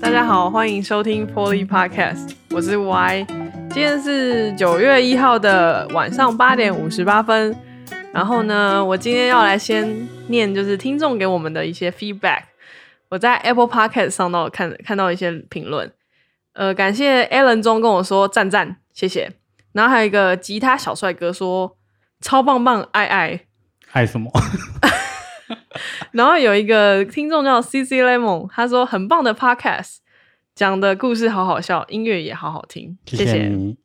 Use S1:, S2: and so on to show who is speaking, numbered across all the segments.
S1: 大家好，欢迎收听 Poly Podcast，我是 Y。今天是九月一号的晚上八点五十八分。然后呢，我今天要来先念就是听众给我们的一些 feedback。我在 Apple Podcast 上到看看到一些评论，呃，感谢 Alan 中跟我说赞赞，谢谢。然后还有一个吉他小帅哥说超棒棒，爱爱。
S2: 爱什么？
S1: 然后有一个听众叫 C C Lemon，他说很棒的 podcast，讲的故事好好笑，音乐也好好听， 谢
S2: 谢你。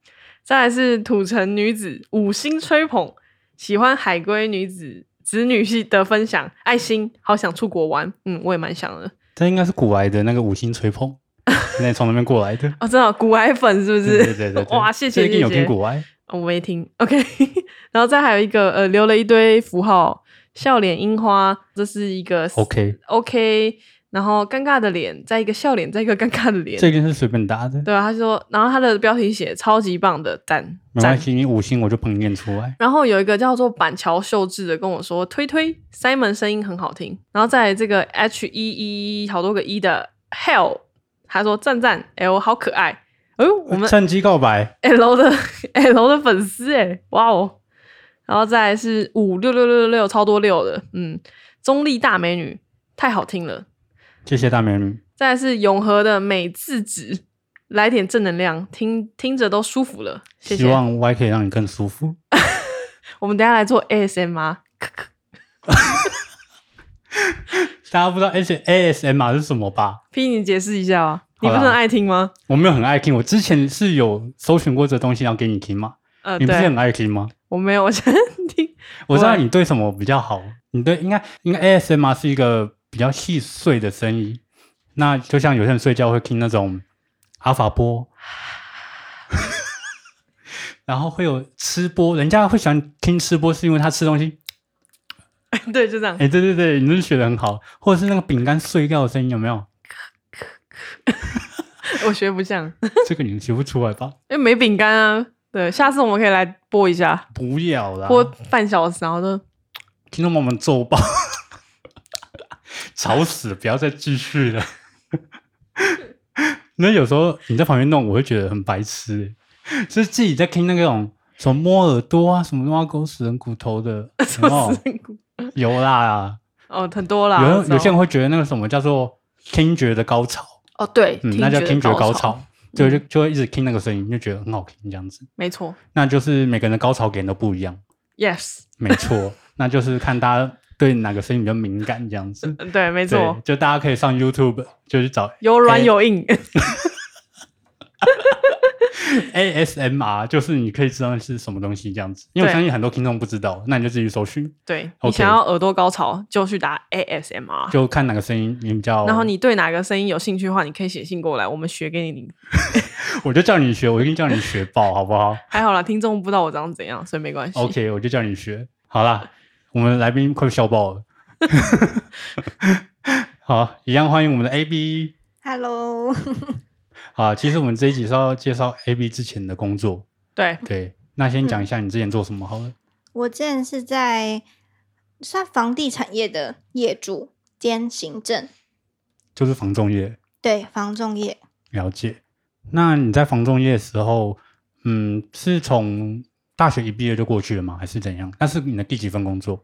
S1: 再来是土城女子五星吹捧，喜欢海归女子子女系的分享，爱心，好想出国玩，嗯，我也蛮想的。
S2: 这应该是古来的那个五星吹 捧，那从那边过来的。
S1: 哦，真的古癌粉是不是？
S2: 对对对对对
S1: 哇，谢谢
S2: 最近有
S1: 谢谢
S2: 听古来，
S1: 哦我没听，OK。然 后再还有一个呃，留了一堆符号，笑脸樱花，这是一个
S2: OK，
S1: OK，然后尴尬的脸，再一个笑脸，再一个尴尬的脸。
S2: 这个是随便搭的，
S1: 对啊，他说，然后他的标题写超级棒的赞
S2: 没
S1: 赞
S2: 关。系，你五星我就帮你念出来。
S1: 然后有一个叫做板桥秀智的跟我说，推推 Simon 声音很好听。然后再来这个 H E E 好多个一、的 Hell，他说赞赞 L 好可爱。哦，我们
S2: 趁机告白，
S1: L 的 L 的粉丝哎，哇哦！然后再来是五六六六六六，超多六的，嗯，中立大美女太好听了。
S2: 谢谢大美女，
S1: 再来是永和的美字纸，来点正能量，听听着都舒服了。谢
S2: 希
S1: 谢。
S2: 望 Y 可以让你更舒服。
S1: 我们等一下来做 ASMR，咳咳
S2: 大家不知道哎 S ASMR 是什么吧？
S1: P 你解释一下啊，你
S2: 好
S1: 不
S2: 啦
S1: 是很爱听吗？
S2: 我没有很爱听，我之前是有搜寻过这东西要给你听吗？
S1: 呃，
S2: 你不是
S1: 对
S2: 很，爱听吗？
S1: 我没有，我想听。
S2: 我知
S1: 我
S2: 道你对什么比较好，你对应该应该 ASMR 是一个比较细碎的声音，那就像有些人睡觉会听那种阿法波， 然后会有吃播，人家会喜欢听吃播是因为他吃东西，
S1: 对，就这 样。
S2: 哎，对对对，你真的学的很好，或者是那个饼干碎掉的声音有没有？
S1: 我学不像，
S2: 这个你们学不出来吧？
S1: 因为没饼干啊。对，下次我们可以来播一下，
S2: 不要啦，
S1: 播半小时，然后就
S2: 听众把我们揍爆， 吵死了！不要再继续 了。那有时候你在旁边弄，我会觉得很白痴，就是自己在听那个种什么摸耳朵啊，什么挖狗屎人骨头 的，
S1: 什
S2: 有没
S1: 么
S2: 有
S1: 事故
S2: 有 啦，
S1: 哦，很多啦。
S2: 有
S1: 我
S2: 人
S1: 知道
S2: 有些人会觉得那个什么叫做听觉的高潮，
S1: 哦，对，
S2: 嗯，那叫听觉高
S1: 潮，
S2: 潮，嗯就就就会一直听那个声音，就觉得很好听这样子。
S1: 没错。
S2: 那就是每个人的高潮点都不一样，
S1: Yes，
S2: 没 错，那就是看大家对哪个声音比较敏感这样子。
S1: 嗯对，没
S2: 对，哎
S1: 错，
S2: 就大家可以上 YouTube 就去找
S1: 有软有硬。
S2: ASMR，就是你可以知道是什么东西这样子。因为我
S1: 对
S2: 相信很多听众不知道，那你就自己去搜寻，
S1: 对你
S2: OK
S1: 想要耳朵高潮，就去打 ASMR。
S2: 就看哪个声音你比较。
S1: 然后，你对哪个声音有兴趣的话，你可以写信过来，我们学给你。
S2: 我就叫你学，我一定叫你学爆，好 不好
S1: 还好啦，听众不知道我长怎样，所以没关系。
S2: ？OK，我就叫你学。好啦，我们来宾快 笑爆了。好，一样欢迎我们的 AB。
S3: Hello，
S2: 啊，其实我们这一集是要介绍 AB 之前的工作，
S1: 对，
S2: 对。那先讲一下你之前做什么好了。
S3: 我之前是在算房地产业的业主兼行政，
S2: 就是房仲业，
S3: 对，房仲业。
S2: 了解。那你在房仲业的时候，嗯，是从大学一毕业就过去了吗？还是怎样？那是你的第几份工作？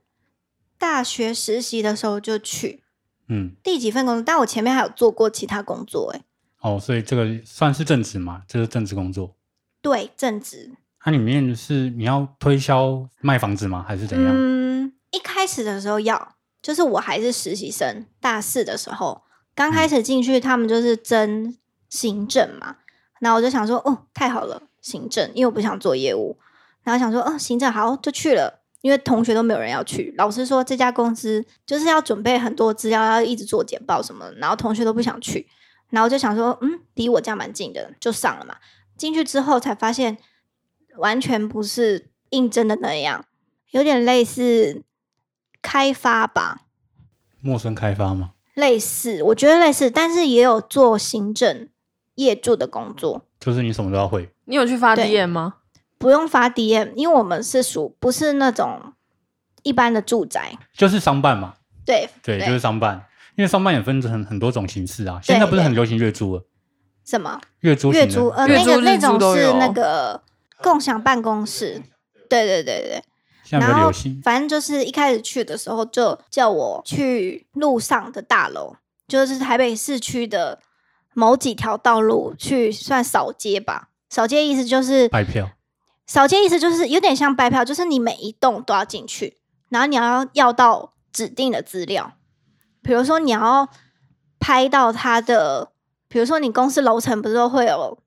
S3: 大学实习的时候就去
S2: 嗯，
S3: 第几份工作，但我前面还有做过其他工作、欸，
S2: 哦，所以这个算是正职嘛？这是正职工作。
S3: 对，正职。
S2: 它、里面是你要推销卖房子吗？还是怎样？
S3: 嗯，一开始的时候要，就是我还是实习生，大四的时候刚开始进去，他们就是争行政嘛，然后我就想说，哦，太好了，行政，因为我不想做业务，然后想说，哦，行政好，就去了。因为同学都没有人要去，老师说这家公司就是要准备很多资料，要一直做简报什么的，然后同学都不想去，然后就想说，嗯，离我家蛮近的，就上了嘛。进去之后才发现，完全不是应征的那样，有点类似开发吧，
S2: 陌生开发吗？
S3: 类似，我觉得类似，但是也有做行政业主的工作，
S2: 就是你什么都要会。
S1: 你有去发
S3: 对
S1: DM 吗？
S3: 不用发 DM，因为我们是属不是那种一般的住宅，
S2: 就是商办嘛，
S3: 对
S2: 对，就是商办，因为商办也分成很很多种形式啊。现在不是很流行月租了，
S3: 什么
S2: 月租型
S3: 月
S2: 的
S3: 租，呃，
S1: 月
S3: 那
S1: 租
S3: 个
S1: 日
S3: 那
S1: 租
S3: 种
S1: 都
S3: 是
S1: 有哦
S3: 那个共享办公室，对对对对。
S2: 现在比
S3: 然
S2: 较
S3: 后
S2: 流行。
S3: 反正就是一开始去的时候就叫我去路上的大楼，就是台北市区的某几条道路去算扫街吧。扫街意思就是
S2: 拜票，
S3: 扫街意思就是有点像拜票，就是你每一栋都要进去，然后你要要到指定的资料，比如说你要拍到它的，比如说你公司楼层不是都会有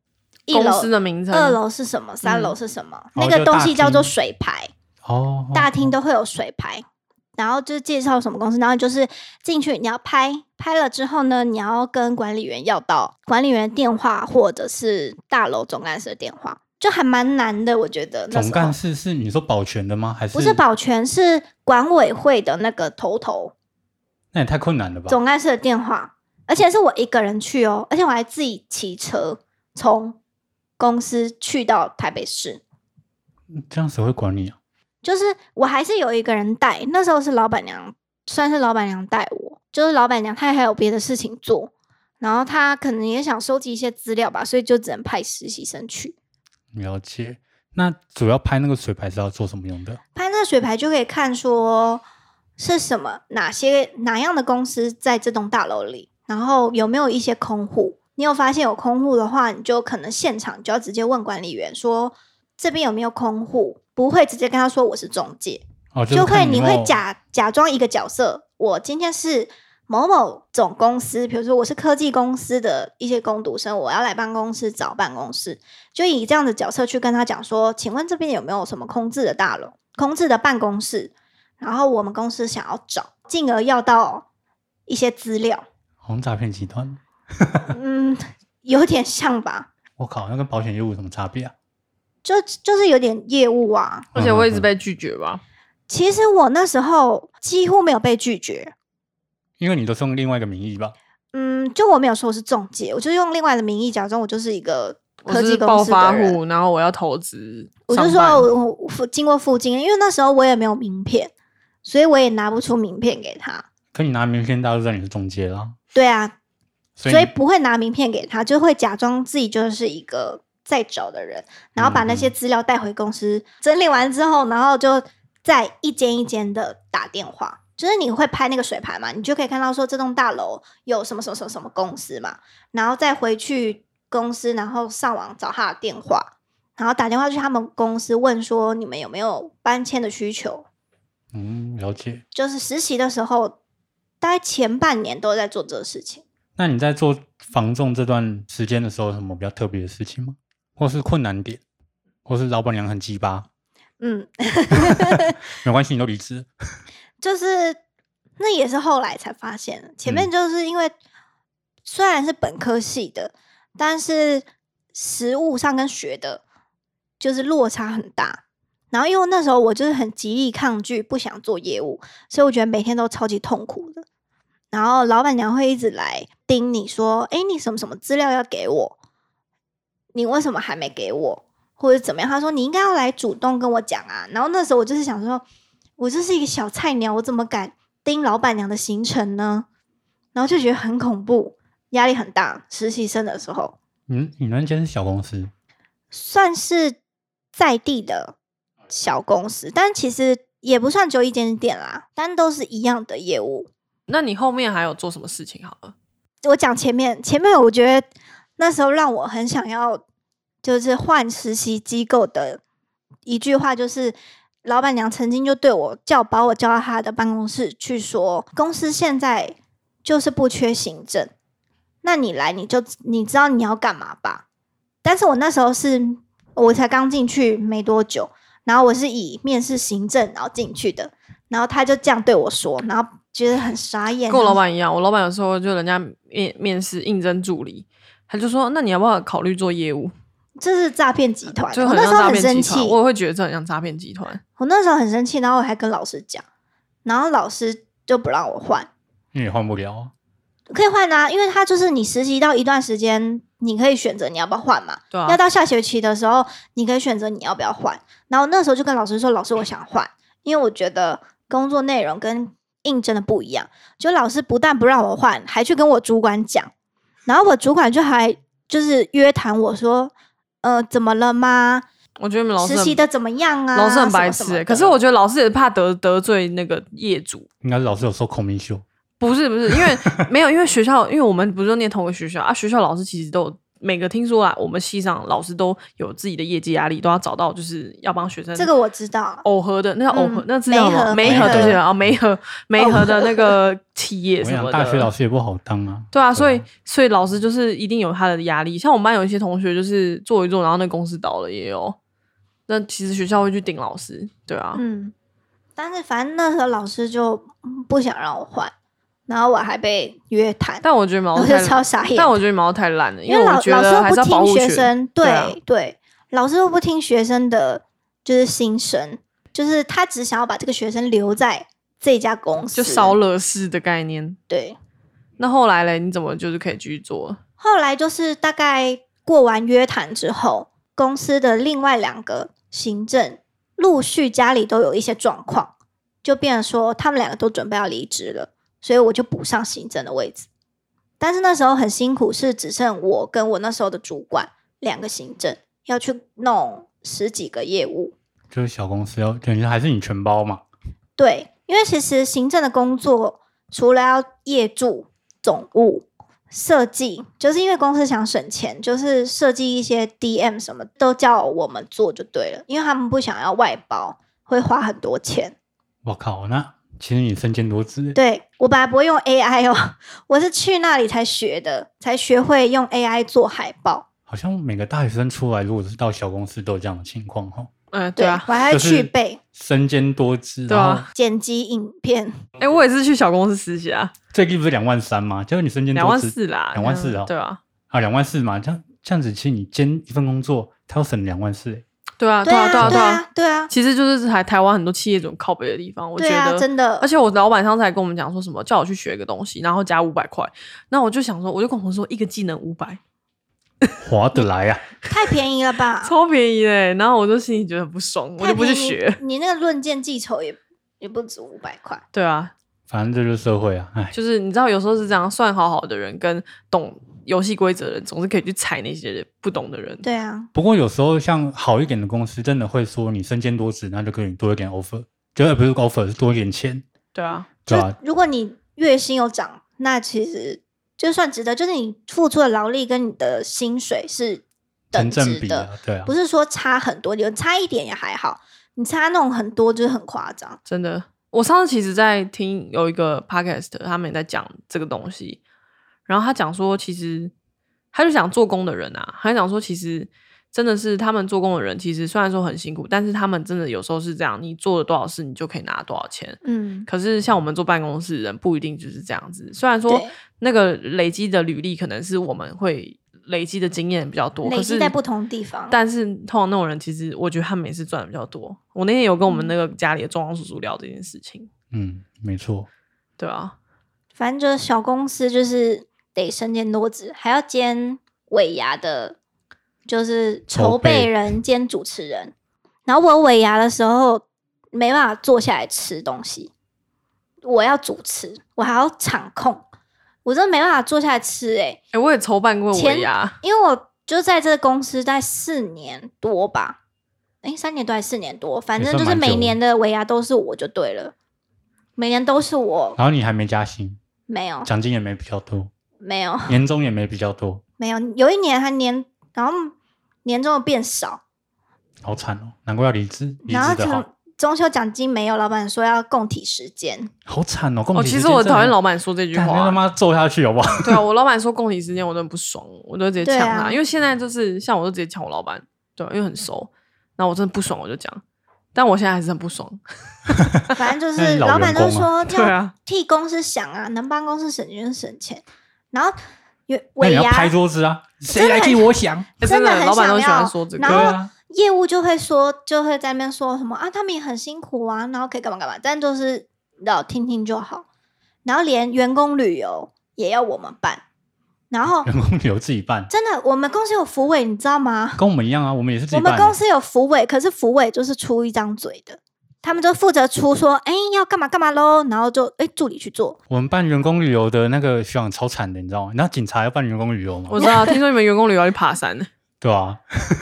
S3: 一
S1: 公
S3: 楼
S1: 司、的名称，
S3: 二楼是什么，三楼
S1: 嗯
S3: 是什么，
S2: 哦
S3: 那个
S2: 就
S3: 东
S2: 大
S3: 西叫做
S2: 厅
S3: 水牌。
S2: 哦，
S3: 大厅都会有水牌，然后就是介绍什么公司，然后就是进去你要拍，拍了之后呢，你要跟管理员要到管理员的电话或者是大楼总干事的电话，就还蛮难的，我觉得那时
S2: 总干
S3: 候
S2: 事是你说保全的吗？还是
S3: 不是？保全，是管委会的那个头头
S2: 那也太困难了吧？
S3: 总干事的电话，而且是我一个人去哦，而且我还自己骑车从公司去到台北市。
S2: 这样谁会管你啊？
S3: 就是我还是有一个人带，那时候是老板娘，算是老板娘带我，就是老板娘她还有别的事情做，然后她可能也想收集一些资料吧，所以就只能派实习生去
S2: 了解。那主要拍那个水牌是要做什么用的？
S3: 拍那个水牌，就可以看说是什么哪些哪样的公司在这栋大楼里，然后有没有一些空户。你有发现有空户的话，你就可能现场就要直接问管理员说这边有没有空户，不会直接跟他说我是中介。
S2: 哦，
S3: 就会
S2: 看
S3: 你
S2: 有没
S3: 会
S2: 有
S3: 假假装一个角色，我今天是某某总公司，比如说我是科技公司的一些工读生，我要来办公室找办公室，就以这样的角色去跟他讲说，请问这边有没有什么空置的大楼、空置的办公室？然后我们公司想要找，进而要到一些资料，
S2: 红诈骗集团。
S3: 嗯，有点像吧，
S2: 我靠，那跟保险业务有什么差别啊？
S3: 就就是有点业务啊，
S1: 而且我一直
S2: 嗯嗯嗯
S1: 被拒绝吧。
S3: 其实我那时候几乎没有被拒绝，
S2: 因为你都是用另外一个名义吧？
S3: 嗯，就我没有说我是中介，我就是用另外的名义假装我就是一个
S1: 我
S3: 嗯科
S1: 是
S3: 技公
S1: 暴
S3: 司的
S1: 发
S3: 人。
S1: 户，然后我要投资
S3: 我
S1: 上班。
S3: 就说哦我我附经过附近，因为那时候我也没有名片，所以我也拿不出名片给他。
S2: 可你拿名片，大家都知道你是中介啦。
S3: 对啊，
S2: 所以
S3: 所以
S2: 你
S3: 不会拿名片给他，就会假装自己就是一个在找的人，然后把那些
S2: 嗯
S3: 资料带回公司、整理完之后，然后就再一间一间的打电话。就是你会拍那个水牌嘛，你就可以看到说这栋大楼有什么什么什么什么公司嘛，然后再回去公司，然后上网找他的电话，然后打电话去他们公司问说你们有没有搬迁的需求。
S2: 嗯，了解。
S3: 就是实习的时候，大概前半年都在做这个事情。
S2: 那你在做防重这段时间的时候，有什么比较特别的事情吗？或是困难点，或是老板娘很鸡巴？
S3: 嗯，
S2: 没关系，你都离职了。
S3: 就是那也是后来才发现的，前面
S2: 嗯
S3: 就是因为、虽然是本科系的，但是实物上跟学的就是落差很大。然后因为那时候我就是很极力抗拒，不想做业务，所以我觉得每天都超级痛苦的。然后老板娘会一直来盯你说：“哎，你什么什么资料要给我？你为什么还没给我？或者怎么样？”她说：“你应该要来主动跟我讲啊。”然后那时候我就是想说，我就是一个小菜鸟，我怎么敢盯老板娘的行程呢？然后就觉得很恐怖，压力很大。实习生的时候
S2: 嗯，你那间是小公司，
S3: 算是在地的小公司，但其实也不算只有一间店啦，但都是一样的业务。
S1: 那你后面还有做什么事情？好了，
S3: 我讲前面，前面我觉得那时候让我很想要就是换实习机构的一句话，就是老板娘曾经就对我叫把我叫到她的办公室去说，公司现在就是不缺行政，那你来你就你知道你要干嘛吧。但是我那时候是我才刚进去没多久，然后我是以面试行政然后进去的，然后他就这样对我说，然后觉得很傻眼。
S1: 跟我
S3: 然
S1: 老
S3: 后
S1: 板一样，我老板有时候就人家面面试应征助理，他就说：“那你要不要考虑做业务
S3: 这是诈骗集团？”。
S1: 就
S3: 我
S1: 很
S3: 那
S1: 像
S3: 时候
S1: 诈
S3: 很生
S1: 骗集
S3: 气，
S1: 团，我
S3: 我
S1: 也会觉得这很像诈骗集团。
S3: 那时候很生气，然后我还跟老师讲，然后老师就不让我换，
S2: 因为也换不了啊。
S3: 可以换啊，因为他就是你实习到一段时间，你可以选择你要不要换嘛。
S1: 对啊
S3: 要，到下学期的时候，你可以选择你要不要换。然后那时候就跟老师说，老师我想换，因为我觉得工作内容跟应征的不一样。就老师不但不让我换，还去跟我主管讲，然后我主管就还就是约谈我说，呃，怎么了吗？
S1: 我觉得你们老师
S3: 实习
S1: 很
S3: 的怎么样啊？
S1: 老师很白痴
S3: 什么什
S1: 欸、
S3: 么的
S1: 可是我觉得老师也是怕得得罪那个业主。
S2: 应该是老师有收孔明秀，
S1: 不是不是，因为没有，因为学校，因为我们不是都念同一个学校啊，学校老师其实都有每个听说啊，我们系上老师都有自己的业绩压力，都要找到就是要帮学生
S3: 这个我知道，
S1: 耦合的，那叫耦合，
S3: 嗯
S1: 那是叫什么？
S3: 媒
S1: 媒
S2: 合
S1: 合
S2: 媒合
S1: 对对啊，媒合啊媒合的那个企业
S2: 我
S1: 什么
S2: 想
S1: 的。
S2: 大学老师也不好当啊。
S1: 对啊，所
S2: 对
S1: 以所以老师就是一定有他的压力。像我们班有一些同学就是做一做，然后那公司倒了也有。那其实学校会去顶老师，对啊，
S3: 嗯，但是反正那时候老师就不想让我换，然后我还被约谈，
S1: 但我觉得毛
S3: 我
S1: 太
S3: 就，超傻眼。
S1: 但我觉得毛太烂了，
S3: 因为
S1: 为
S3: 老
S1: 我觉
S3: 老师
S1: 得
S3: 又
S1: 还是
S3: 不
S1: 要保
S3: 听
S1: 护
S3: 学生，对
S1: 对啊
S3: 对，老师又不听学生的就是心声，就是他只想要把这个学生留在这家公司，
S1: 就少惹事的概念。
S3: 对。
S1: 那后来嘞，你怎么就是可以继续做？
S3: 后来就是大概过完约谈之后，公司的另外两个行政陆续家里都有一些状况，就变成说他们两个都准备要离职了，所以我就补上行政的位置。但是那时候很辛苦，是只剩我跟我那时候的主管两个行政要去弄十几个业务。
S2: 就是小公司要等于还是你全包嘛，
S3: 对，因为其实行政的工作除了要业主、总务、设计，就是因为公司想省钱，就是设计一些 DM 什么都叫我们做就对了，因为他们不想要外包，会花很多钱。
S2: 我靠，那其实你身兼多职，
S3: 对我本来不会用 AI 哦， 我是去那里才学的，才学会用 AI 做海报。
S2: 好像每个大学生出来，如果是到小公司都有这样的情况哈，
S1: 嗯，对
S3: 对
S1: 啊，
S3: 我还
S2: 就
S3: 会
S2: 是
S3: 去背
S2: 身兼多职，
S1: 对
S2: 然
S1: 啊
S2: 后
S3: 剪辑影片，
S1: 哎、我也是去小公司实习啊，
S2: 最低不是两万三吗？就是你身兼
S1: 两
S2: 多
S1: 万
S2: 职
S1: 四啦，
S2: 两万四哦
S1: 对啊，
S2: 啊，两万四嘛，这样这样子，其实你兼一份工作，他要省两万四欸，
S1: 对啊，对啊，对
S3: 啊，
S1: 啊，
S3: 对
S1: 对
S3: 啊，对啊，
S1: 其实就是台台湾很多企业主很靠北的地方，我觉
S3: 对
S1: 得、
S3: 啊，真的
S1: 而，且我老板上次还跟我们讲说什么，叫我去学一个东西，然后加五百块。那我就想说，我就跟我同事说一个技能五百，
S2: 划得来啊。
S3: 太便宜了吧？
S1: 超便宜嘞。然后我就心里觉得很不爽，我
S3: 太
S1: 就不去
S3: 便宜
S1: 学。
S3: 你那个论剑记仇也也不止五百块，
S1: 对啊，
S2: 反正这就是社会啊，哎，
S1: 就是你知道，有时候是这样，算好好的人跟懂游戏规则的人，总是可以去踩那些不懂的人。
S3: 对啊，
S2: 不过有时候像好一点的公司，真的会说你身兼多职，那就给你多一点 offer，就是呃不是 offer 是多一点钱，
S1: 对啊，
S2: 对
S3: 就
S2: 吧、
S3: 如果你月薪有涨，那其实就算值得，就是你付出的劳力跟你的薪水是
S2: 成
S3: 等
S2: 正
S3: 值
S2: 比
S3: 的，
S2: 啊，对啊
S3: 不。是说差很多，有差一点也还好，你差那种很多就是很夸张。
S1: 真的。我上次其实，在听有一个 podcast，他们也在讲这个东西，然后他讲说，其实他就想做工的人啊，他就讲说，其实真的是他们做工的人，其实虽然说很辛苦，但是他们真的有时候是这样，你做了多少事，你就可以拿多少钱。
S3: 嗯，
S1: 可是像我们做办公室的人，不一定就是这样子。虽然说
S3: 对，
S1: 那个累积的履历，可能是我们会累积的经验比较多，
S3: 累
S1: 可
S3: 积
S1: 是
S3: 在不同地方
S1: 但是通常那种人，其实我觉得他们也是赚的比较多。我那天有跟
S3: 嗯
S1: 我们那个家里的装潢叔叔聊这件事情，
S2: 嗯，没错，
S1: 对啊，
S3: 反正就是小公司就是得身兼多职，还要兼尾牙的，就是筹
S2: 筹备
S3: 备人兼主持人。然后我尾牙的时候没办法坐下来吃东西，我要主持，我还要场控，我真的没办法坐下来吃诶、欸
S1: 哎、我也筹办过尾牙，
S3: 因为我就在这个公司待四年多吧，诶，三年多还是四年多，反
S2: 也
S3: 正
S2: 算
S3: 就是
S2: 蛮久
S3: 每
S2: 了
S3: 年的尾牙都是我就对了，每年都是我，
S2: 然后你还没加薪，
S3: 没有
S2: 奖金也没比较多，
S3: 没有。
S2: 年终也没比较多，
S3: 没有，有一年他年，然后年终又变少，
S2: 好惨哦，难怪要离职，离
S3: 然后
S2: 职的
S3: 中
S2: 好，
S3: 中秋奖金没有，老板说要供体时 间，
S2: 好惨哦。共
S1: 哦，
S2: 体
S1: 其
S2: 时
S1: 实
S2: 间
S1: 我
S2: 真的
S1: 讨厌老板说这句
S2: 干
S1: 话
S2: 那他
S1: 啊，
S2: 妈揍下去好不好？
S1: 对啊，我老板说供体时间，我真的不爽，我都直接
S3: 对
S1: 呛
S3: 啊
S1: 他，因为现在就是像我都直接呛我老板，对啊、因为很熟，然后我真的不爽我就讲，但我现在还是很不爽，
S3: 反正就
S2: 那
S3: 是
S2: 你老
S3: 老板
S2: 员
S3: 就
S2: 工
S3: 说
S1: 对
S3: 要
S1: 啊，
S3: 替公司想啊，能帮公司省钱就省钱，然后有
S2: 那
S3: 尾
S2: 你要拍
S3: 牙
S2: 桌子啊，谁来替我想？
S1: 哎
S3: 真的很
S1: 的，老板都
S3: 想
S1: 喜欢
S3: 要
S1: 说这
S2: 对
S1: 个，
S3: 然后
S2: 啊，
S3: 业务就会说，就会在那边说什么啊，他们也很辛苦啊，然后可以干嘛干嘛，但就是老听听就好，然后连员工旅游也要我们办，然后
S2: 员工旅游自己办，
S3: 真的我们公司有福委，你知道吗？
S2: 跟我们一样啊，我们也是自己
S3: 我
S2: 办
S3: 们
S2: 的。
S3: 公司有福委，可是福委就是出一张嘴的，他们就负责出说，哎、要干嘛干嘛喽，然后就哎、助理去做，
S2: 我们办员工旅游的那个学长超惨的，你知道吗？然后警察要办员工旅游嘛，
S1: 我知道，听说你们员工旅游去爬山呢，
S2: 对啊，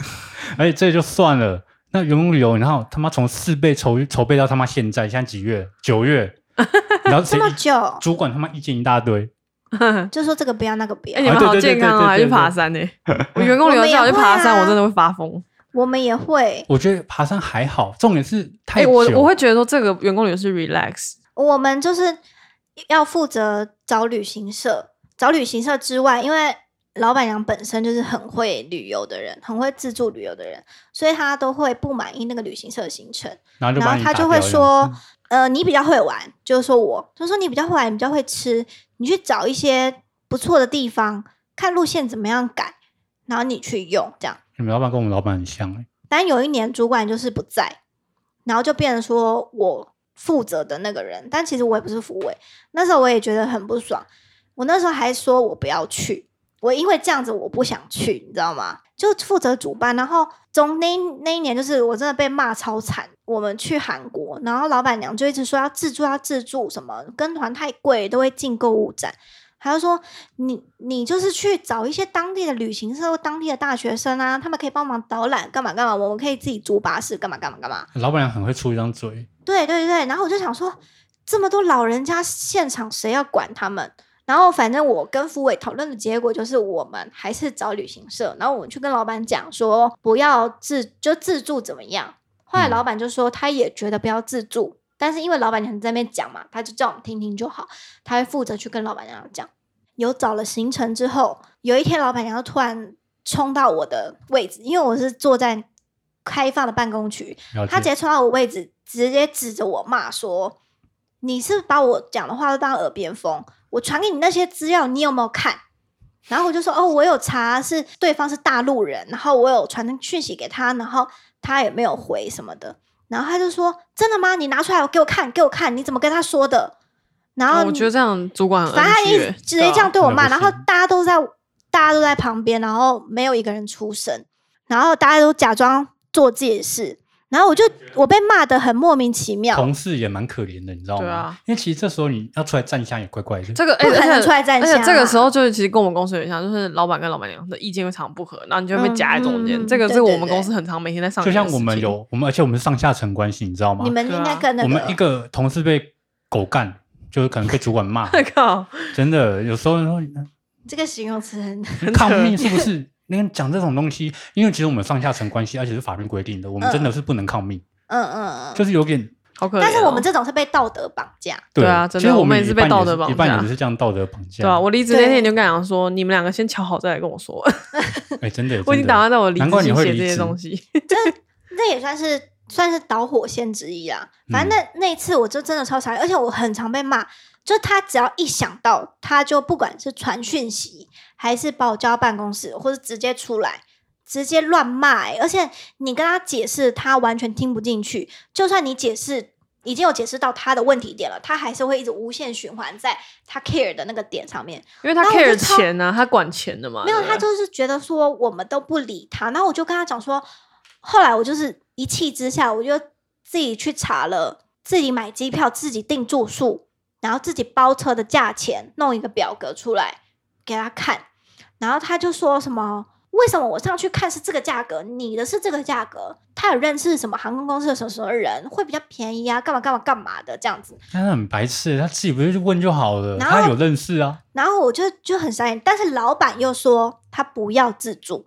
S2: 而且这就算了，那员工旅游，然后他妈从四倍筹筹备到他妈现在，现在几月？九月，然后
S3: 这
S2: 谁
S3: 么久，
S2: 主管他妈意见一大堆，
S3: 就说这个不要那个不要
S1: 哎，，你们
S2: 对
S1: 好
S2: 对对
S1: 健康啊，
S2: 对对
S1: 还去
S2: 对
S1: 爬山 呢。我员工旅游叫我去爬山，
S3: 啊
S1: 我真的会发疯。
S3: 我们也会，
S2: 我觉得爬山还好，重点是太
S1: 哎，
S2: 久，
S1: 我我会觉得说这个员工旅游是 relax，
S3: 我们就是要负责找旅行社，找旅行社之外，因为老板娘本身就是很会旅游的人，很会自助旅游的人，所以她都会不满意那个旅行社的行程。
S2: 然后就把
S3: 然
S2: 你
S3: 后他
S2: 打
S3: 就会
S2: 掉这样
S3: 说
S2: 子，
S3: 呃，你比较会玩，就是说我，他说你比较会玩，你比较会吃，你去找一些不错的地方，看路线怎么样改，然后你去用这样。
S2: 你们老板跟我们老板很像、欸，
S3: 但有一年主管就是不在，然后就变成说我负责的那个人，但其实我也不是副委。那时候我也觉得很不爽，我那时候还说我不要去，我因为这样子我不想去，你知道吗？就负责主办，然后从那一那一年就是我真的被骂超惨。我们去韩国，然后老板娘就一直说要自助，要自助，什么跟团太贵，都会进购物展。还要说你你就是去找一些当地的旅行社或当地的大学生啊，他们可以帮忙导览干嘛干嘛，我们可以自己租巴士干嘛干嘛干嘛。
S2: 老板娘很会出一张嘴，
S3: 对对对，然后我就想说，这么多老人家现场谁要管他们？然后反正我跟福伟讨论的结果就是，我们还是找旅行社，然后我们去跟老板讲说不要自就自助怎么样。后
S2: 嗯
S3: 来老板就说他也觉得不要自助，但是因为老板娘在那边讲嘛，他就叫我们听听就好，他会负责去跟老板娘讲。有找了行程之后，有一天老板娘就突然冲到我的位置，因为我是坐在开放的办公区，
S2: 了解
S3: 他直接冲到我位置，直接指着我骂说：“你是不是把我讲的话都当耳边风？我传给你那些资料，你有没有看？”然后我就说：“哦，我有查，是对方是大陆人，然后我有传讯息给他，然后他也没有回什么的。”然后他就说：“真的吗？你拿出来给我看，给我看，你怎么跟他说的？”然后、
S1: 哦我觉得这样主
S2: 嗯
S1: 管很
S3: 啊反正他
S1: NG
S3: 一
S1: 欸
S3: 直直接这样
S1: 对
S3: 对我骂，
S2: 啊那
S3: 然
S2: 不
S3: 后
S2: 行
S3: 大家都在大家都在旁边，然后没有一个人出声，然后大家都假装做自己的事，然后我就我被骂的很莫名其妙，
S2: 同事也蛮可怜的，你知道吗？
S1: 对啊
S2: 因为其实这时候你要出来站一下也怪怪的
S1: 啊。这个
S3: 不
S1: 哎
S3: 可
S1: 而
S3: 能
S1: 且
S3: 出来站
S1: 而
S3: 下、
S1: 且
S3: 啊。
S1: 这个时候就是其实跟我们公司有点像，就是老板跟老板娘的意见会常不合，然后你就会被夹在中间。
S3: 嗯
S1: 这个
S3: 对
S1: 是我
S3: 对
S1: 们
S3: 对
S1: 公司很常每天在上
S2: 就
S1: 演的
S2: 像我们
S1: 事情，
S2: 有我们，而且我们是上下层关系，你知道吗
S3: 你？们应该跟那
S2: 啊我
S3: 个、
S2: 们一个同事被狗干，就是可能被主管骂
S1: 靠，
S2: 真的有时候说
S3: 这个形容词很
S2: 抗命是不是？那个讲这种东西，因为其实我们上下层关系，而且是法律规定的，我们真的是不能抗命，
S3: 嗯嗯
S2: 就
S3: 嗯，
S2: 是有点
S1: 好可怜哦。
S3: 但
S2: 啊
S3: 是我们这种是被道德绑架，
S1: 对啊真的
S2: 其实
S1: 我
S2: 我
S1: 们也是被
S2: 一半
S1: 道德绑
S2: 一半
S1: 架
S2: 也是这样道德绑架，
S1: 对啊，我离职那天
S3: 对
S1: 你就跟他讲说，你们两个先瞧好再来跟我说。
S2: 哎，真的，
S1: 我已
S2: 真
S1: 经
S2: 的
S1: 打算在我离
S2: 难
S1: 职
S2: 怪你
S1: 前
S2: 会
S1: 写这
S2: 离
S1: 些
S2: 职
S1: 东西。
S3: 那也算是算是导火线之一啦。反正那、那一次我就真的超傻眼，而且我很常被骂，就他只要一想到，他就不管是传讯息，还是把我叫到办公室，或是直接出来。直接乱骂、欸而且你跟他解释，他完全听不进去。就算你解释已经有解释到他的问题点了，他还是会一直无限循环在他 care 的那个点上面。
S1: 因为他
S3: 然后我就
S1: care
S3: 超
S1: 钱呢、啊他管钱的嘛。
S3: 没有，
S1: 对不
S3: 他
S1: 对
S3: 就是觉得说我们都不理他，然后我就跟他讲说，后来我就是一气之下，我就自己去查了，自己买机票，自己订住宿，然后自己包车的价钱，弄一个表格出来给他看，然后他就说什么。为什么我上去看是这个价格，你的是这个价格？他有认识什么航空公司的什么什么人，会比较便宜啊？干嘛干嘛干嘛的这样子。
S2: 但是很白痴，他自己不是去问就好了，
S3: 然后
S2: 他有认识啊，
S3: 然后我就就很傻眼，但是老板又说他不要自助，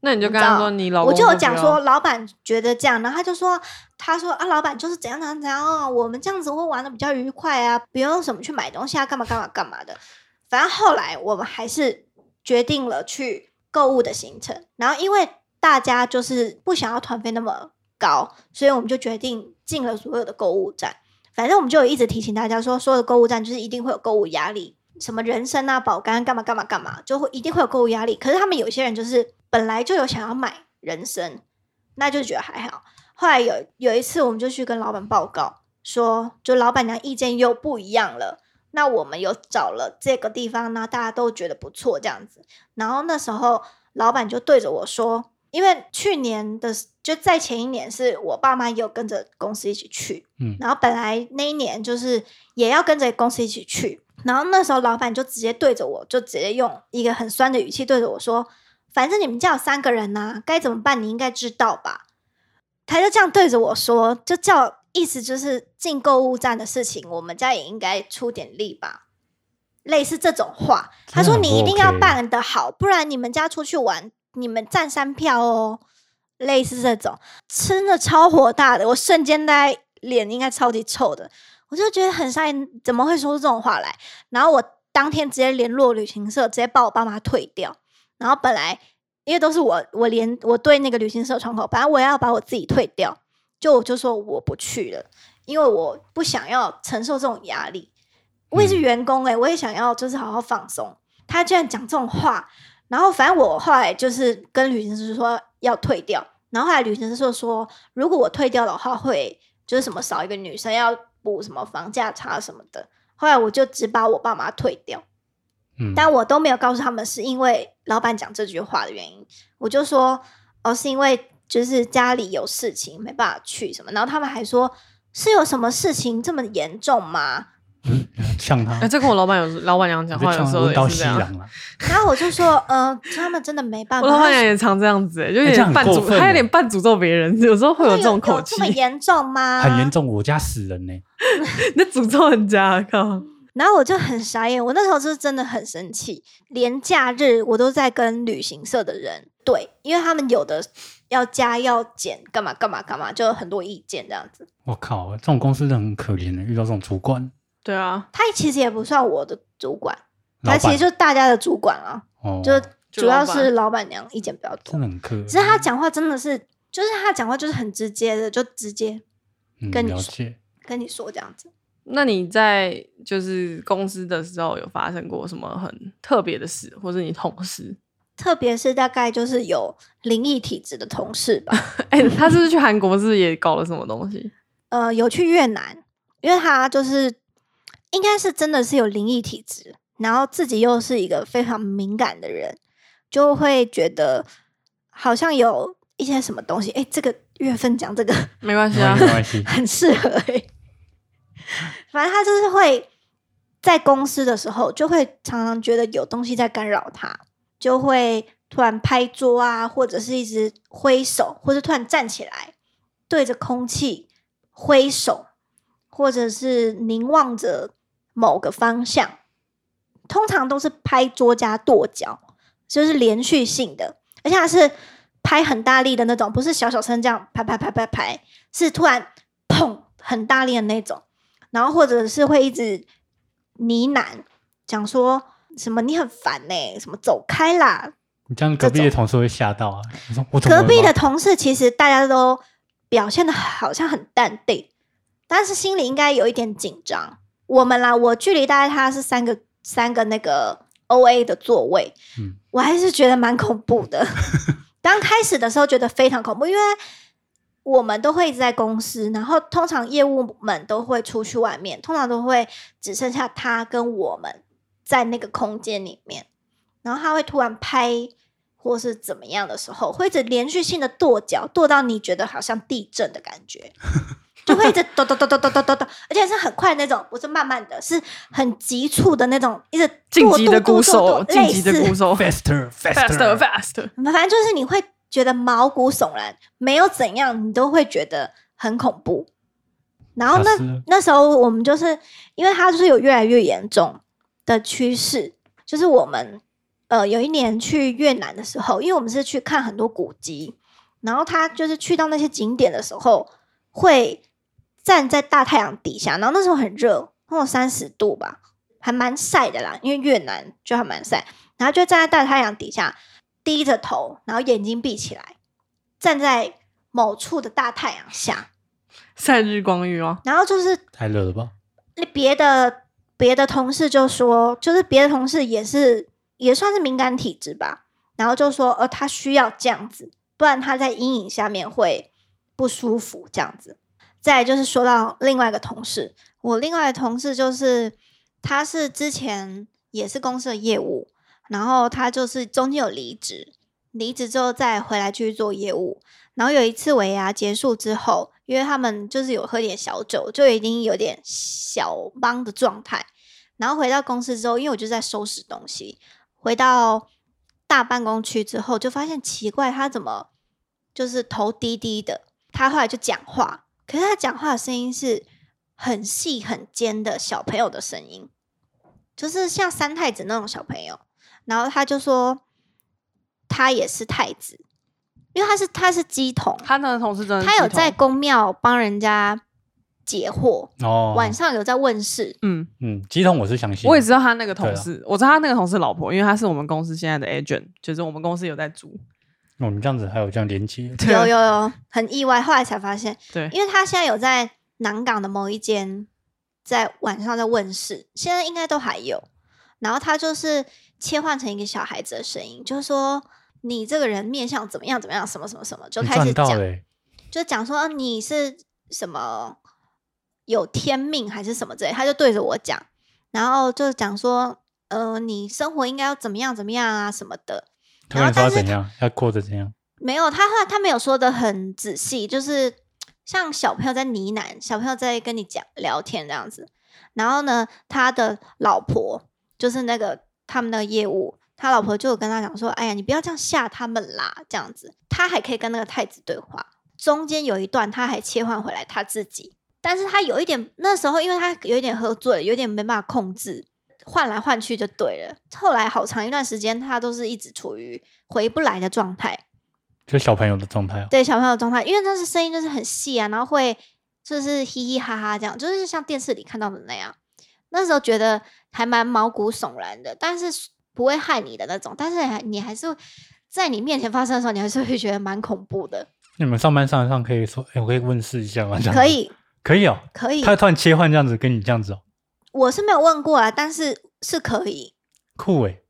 S1: 那你就
S3: 你
S1: 跟
S3: 知
S1: 他
S3: 道
S1: 说你老公
S3: 我就有
S1: 都不
S3: 讲
S1: 要
S3: 说，老板觉得这样，然后他就说，他说啊，老板就是怎样怎样怎样啊，我们这样子会玩的比较愉快啊，不用什么去买东西啊，干嘛干嘛干嘛的。反正后来我们还是决定了去购物的行程，然后因为大家就是不想要团费那么高，所以我们就决定进了所有的购物站。反正我们就有一直提醒大家说，所有的购物站就是一定会有购物压力，什么人参啊、保肝干嘛干嘛干嘛，就会一定会有购物压力。可是他们有些人就是本来就有想要买人参，那就觉得还好。后来有有一次，我们就去跟老板报告说，就老板娘意见又不一样了。那我们有找了这个地方呢，大家都觉得不错，这样子。然后那时候老板就对着我说：“因为去年的就在前一年是我爸妈也有跟着公司一起去，
S2: 嗯
S3: 然后本来那一年就是也要跟着公司一起去，然后那时候老板就直接对着我，就直接用一个很酸的语气对着我说：“反正你们家有三个人呐、该怎么办你应该知道吧？”他就这样对着我说，就叫意思就是进购物站的事情，我们家也应该出点力吧。类似这种话，他说
S2: 真的很
S3: 你一
S2: 不
S3: 定要
S2: OK
S3: 办得好，不然你们家出去玩，你们占三票哦。类似这种，真的超火大的，我瞬间大概脸应该超级臭的，我就觉得很傻眼，怎么会说出这种话来？然后我当天直接联络旅行社，直接把我爸妈退掉。然后本来因为都是我，我连我对那个旅行社窗口，本来我要把我自己退掉，就我就说我不去了，因为我不想要承受这种压力。我也是员工哎、我也想要就是好好放松。他居然讲这种话，然后反正我后来就是跟旅行社说要退掉，然后后来旅行社说，如果我退掉的话，会就是什么少一个女生要补什么房价差什么的。后来我就只把我爸妈退掉，
S2: 嗯，
S3: 但我都没有告诉他们是因为老板讲这句话的原因，我就说哦是因为就是家里有事情没办法去什么，然后他们还说是有什么事情这么严重吗？
S2: 呛他
S1: 哎、，这跟我老板有老板娘讲
S2: 我
S1: 话
S2: 就
S1: 有
S2: 呛
S1: 时
S2: 他
S1: 候
S2: 问到
S1: 也是
S2: 夕
S1: 这样。
S2: 阳了。
S3: 然后我就说，呃，他们真的没办
S1: 啊我
S3: 法，
S1: 老板娘
S3: 他
S1: 也常这样子、哎，就有
S2: 哎这样
S1: 点
S2: 很
S1: 半
S2: 过
S1: 诅，
S2: 分
S1: 她有
S2: 哎
S1: 点半诅咒别人，有时候会有这种口气
S3: 这，么严重吗？
S2: 很严重，我家死人呢、
S1: 那诅咒人家，啊靠！
S3: 然后我就很傻眼，我那时候就是真的很生气，连假日我都在跟旅行社的人对，因为他们有的要加要减，干嘛干嘛干嘛，就有很多意见这样子。
S2: 我靠，这种公司真的很可怜的、遇到这种主管、
S1: 对啊，
S3: 他其实也不算我的主管，
S2: 老
S3: 他
S2: 板，
S3: 其实就大家的主管啊，
S2: 哦，
S3: 就
S1: 就
S3: 主要
S1: 老板
S3: 是老板娘意见比较多
S2: 真。的很可怜。
S3: 只是他讲话真的是，就是他讲话就是很直接的，就直接
S2: 嗯
S3: 跟你
S2: 了
S3: 说
S2: 解，
S3: 跟你说这样子。
S1: 那你在就是公司的时候有发生过什么很特别的事，或是你同事？
S3: 特别是大概就是有灵异体质的同事吧，
S1: 哎、他是不是去韩国是不是也搞了什么东西？
S3: 呃，有去越南，因为他就是应该是真的是有灵异体质，然后自己又是一个非常敏感的人，就会觉得好像有一些什么东西，哎、这个月份讲这个
S1: 没关系
S2: 没
S1: 啊
S2: 关系，没关系。
S3: 很适合、欸，反正他就是会在公司的时候，就会常常觉得有东西在干扰他，就会突然拍桌啊，或者是一直挥手，或者突然站起来对着空气挥手，或者是凝望着某个方向。通常都是拍桌加跺脚，就是连续性的，而且它是拍很大力的那种，不是小小声这样拍拍拍拍拍，是突然砰很大力的那种，然后或者是会一直呢喃讲说什么你很烦呢、什么走开啦。
S2: 你这样隔壁的同事会吓到啊！你说我怎么
S3: 隔
S2: 了
S3: 壁的
S2: 吗
S3: 同事其实大家都表现的好像很淡定，但是心里应该有一点紧张。我们啦，我距离大概他是三个三个那个 O A 的座位，
S2: 嗯
S3: 我还是觉得蛮恐怖的。刚开始的时候觉得非常恐怖，因为我们都会一直在公司，然后通常业务们都会出去外面，通常都会只剩下他跟我们在那个空间里面，然后他会突然拍或是怎么样的时候，会一直连续性的跺脚，跺到你觉得好像地震的感 觉。就会一直抖抖抖抖抖抖抖抖，而且是很快那种，不是慢慢的，是很急促的那种，一直
S1: 晋
S3: 跺
S1: 级
S3: 跺
S1: 的
S3: 跺
S1: 鼓
S3: 跺
S1: 手，
S3: 跺
S1: 晋
S3: 类
S1: 级的
S3: 似
S1: 鼓手，faster
S2: ？Faster, faster，
S1: faster。
S3: 反正就是你会觉得毛骨悚然，没有怎样，你都会觉得很恐怖。然后
S2: 卡斯
S3: 那
S2: 了
S3: 那时候我们就是因为它就是有越来越严重的趋势，就是我们呃有一年去越南的时候，因为我们是去看很多古迹，然后他就是去到那些景点的时候，会站在大太阳底下，然后那时候很热，那种三十度吧，还蛮晒的啦，因为越南就还蛮晒，然后就站在大太阳底下，低着头，然后眼睛闭起来，站在某处的大太阳下，
S1: 晒日光浴吗？
S3: 然后就是
S2: 太热了吧？
S3: 别的别的同事就说，就是别的同事也是也算是敏感体质吧，然后就说，呃，他需要这样子，不然他在阴影下面会不舒服这样子。再来就是说到另外一个同事，我另外的同事就是他是之前也是公司的业务，然后他就是中间有离职，离职之后再回来继续做业务。然后有一次尾牙结束之后，因为他们就是有喝点小酒，就已经有点小忙的状态。然后回到公司之后，因为我就在收拾东西，回到大办公区之后，就发现奇怪，他怎么就是头低低的？他后来就讲话，可是他讲话的声音是很细很尖的小朋友的声音，就是像三太子那种小朋友。然后他就说，他也是太子，因为他是他是鸡童，
S1: 他那个同事真的是
S3: 他有
S1: 鸡头
S3: 在公庙帮人家解惑，
S2: 哦，
S3: 晚上有在问事，
S1: 嗯，
S2: 嗯，鸡桶我是相信，
S1: 我也知道他那个同
S2: 对啊
S1: 事，我知道他那个同事老婆，因为她是我们公司现在的 agent，就是我们公司有在租。
S2: 我哦们这样子还有这样连接，
S1: 对
S3: 有有有，很意外。后来才发现，
S1: 对，
S3: 因为他现在有在南港的某一间，在晚上在问世，现在应该都还有。然后他就是切换成一个小孩子的声音，就是说你这个人面相怎么样怎么样，什么什么什么，就
S2: 你
S3: 开始
S2: 赚到欸
S3: 讲，
S2: 嘞，
S3: 就讲说、呃你是什么有天命还是什么之类，他就对着我讲，然后就讲说，呃，你生活应该要怎么样怎么样啊什么的。
S2: 他
S3: 然
S2: 跟
S3: 后
S2: 你说要
S3: 但是
S2: 怎样，要过着怎样，
S3: 没有，他后来他没有说的很仔细，就是像小朋友在呢喃，小朋友在跟你讲聊天这样子。然后呢，他的老婆就是那个他们的业务，他老婆就有跟他讲说：“哎呀，你不要这样吓他们啦，这样子。”他还可以跟那个太子对话。中间有一段，他还切换回来他自己，但是他有一点那时候，因为他有一点喝醉了，有点没办法控制，换来换去就对了。后来好长一段时间，他都是一直处于回不来的状态。
S2: 就小朋友的状态哦，
S3: 对小朋友的状态，因为那是声音就是很细啊，然后会就是嘻嘻哈哈这样，就是像电视里看到的那样。那时候觉得还蛮毛骨悚然的，但是不会害你的那种，但是还你还是在你面前发生的时候，你还是会觉得蛮恐怖的。
S2: 你们上班上一上可以说，哎，我可以问试一下吗？这样子
S3: 可，以，
S2: 可以哦，
S3: 可以，
S2: 他突然切换这样子跟你这样子哦，
S3: 我是没有问过啊，但是是可以，
S2: 酷欸诶，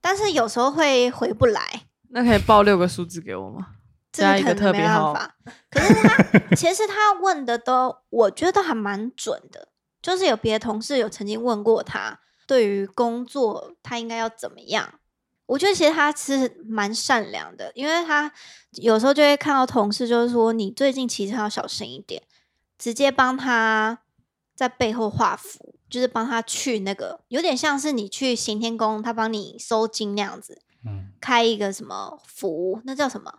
S3: 但是有时候会回不来。
S1: 那可以报六个数字给我吗？
S3: 这
S1: 加一
S3: 可
S1: 个
S3: 能
S1: 特
S3: 没
S1: 别
S3: 办
S1: 号
S3: 法。可是他 其实他问的都，我觉得都还蛮准的。就是有别的同事有曾经问过他，对于工作他应该要怎么样？我觉得其实他是蛮善良的，因为他有时候就会看到同事就是说你最近骑车要小心一点，直接帮他在背后画符，就是帮他去那个有点像是你去行天宫，他帮你收金那样子，
S2: 嗯，
S3: 开一个什么符，那叫什么？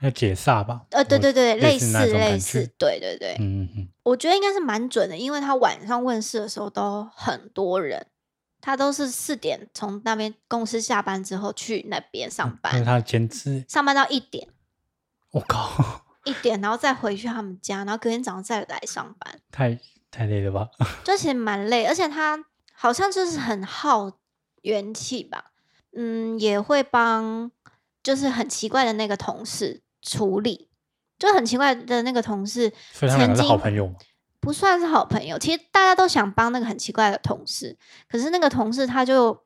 S2: 要解煞吧？
S3: 呃，对对对，
S2: 我
S3: 类
S2: 似
S3: 似
S2: 那种
S3: 类
S2: 感
S3: 似
S2: 觉，
S3: 对对对，
S2: 嗯嗯嗯，
S3: 我觉得应该是蛮准的，因为他晚上问世的时候都很多人，他都是四点从那边公司下班之后去那边
S2: 嗯
S3: 上
S2: 因为
S3: 班，
S2: 他的监制，
S3: 上班到一点
S2: 我靠，
S3: 一点，然后再回去他们家，然后隔天早上再来上班，
S2: 太太累了吧？
S3: 就其实蛮累，而且他好像就是很耗元气吧，嗯，也会帮就是很奇怪的那个同事处理，就很奇怪的那个同事，
S2: 所以他们两个
S3: 曾
S2: 是
S3: 经
S2: 好朋友嘛？
S3: 不算是好朋友。其实大家都想帮那个很奇怪的同事，可是那个同事他就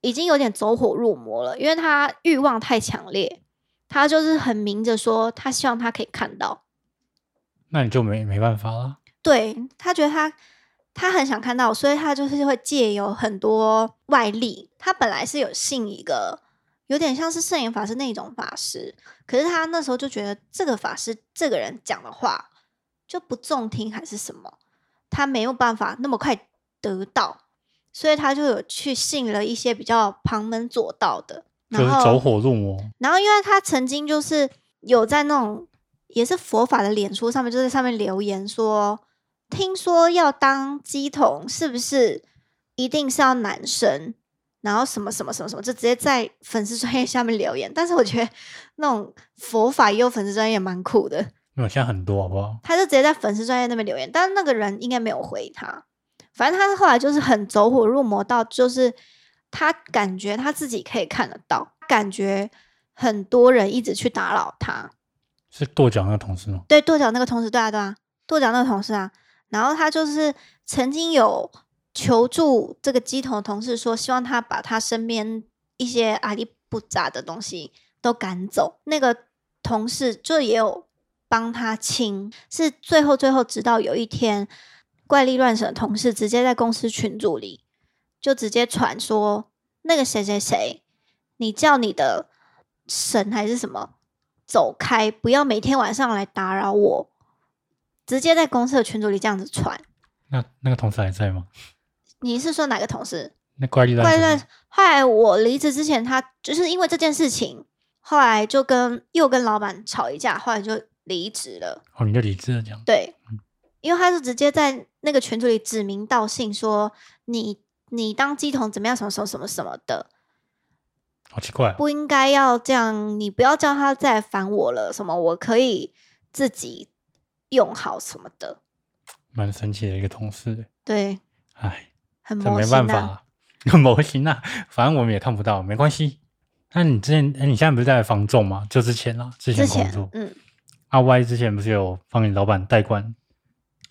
S3: 已经有点走火入魔了，因为他欲望太强烈，他就是很明着说他希望他可以看到，
S2: 那你就没没办法啦。
S3: 对他觉得他他很想看到，所以他就是会借由很多外力。他本来是有信一个有点像是圣言法师那一种法师，可是他那时候就觉得这个法师这个人讲的话就不中听还是什么，他没有办法那么快得到，所以他就有去信了一些比较旁门左道的，
S2: 就
S3: 然
S2: 是
S3: 后
S2: 走火入魔，
S3: 然后因为他曾经就是有在那种也是佛法的脸书上面，就在上面留言说，听说要当鸡童是不是一定是要男生？然后什么什么什么什么，就直接在粉丝专业下面留言。但是我觉得那种佛法也有粉丝专业蛮酷的，
S2: 因为我现在很多好不好？
S3: 他就直接在粉丝专业那边留言，但是那个人应该没有回他。反正他后来就是很走火入魔到，就是他感觉他自己可以看得到，感觉很多人一直去打扰他。
S2: 是跺脚那个同事吗？
S3: 对，跺脚那个同事，对啊，对啊，跺脚那个同事啊。然后他就是曾经有求助这个鸡头的同事说，希望他把他身边一些阿里不杂的东西都赶走。那个同事就也有帮他清，是最后最后，直到有一天，怪力乱神的同事直接在公司群组里就直接传说那个谁谁谁，你叫你的神还是什么走开，不要每天晚上来打扰我。直接在公司的群组里这样子传。
S2: 那那个同事还在吗？
S3: 你是说哪个同事？
S2: 那怪力乱
S3: 怪
S2: 神
S3: 乱
S2: 吗。
S3: 后来我离职之前，他就是因为这件事情，后来就跟又跟老板吵一架，后来就离职了。
S2: 哦，你就理智的讲，
S3: 对，因为他是直接在那个群组里指名道姓说你你当鸡童怎么样，什么什么什么什么的，
S2: 好奇怪哦、
S3: 不应该要这样，你不要叫他再来烦我了，什么我可以自己用好什么的。
S2: 蛮神奇的一个同事。欸
S3: 对，
S2: 哎，
S3: 很
S2: 这
S3: 魔
S2: 没
S3: 性
S2: 办
S3: 啊。
S2: 法、 模型啊，反正我们也看不到，没关系。那你之前，哎你现在不是在房仲吗？就之前啦，之前
S3: 之
S2: 工
S3: 前
S2: 作，。
S3: 嗯，
S2: 阿 Y 之前不是有帮你老板代管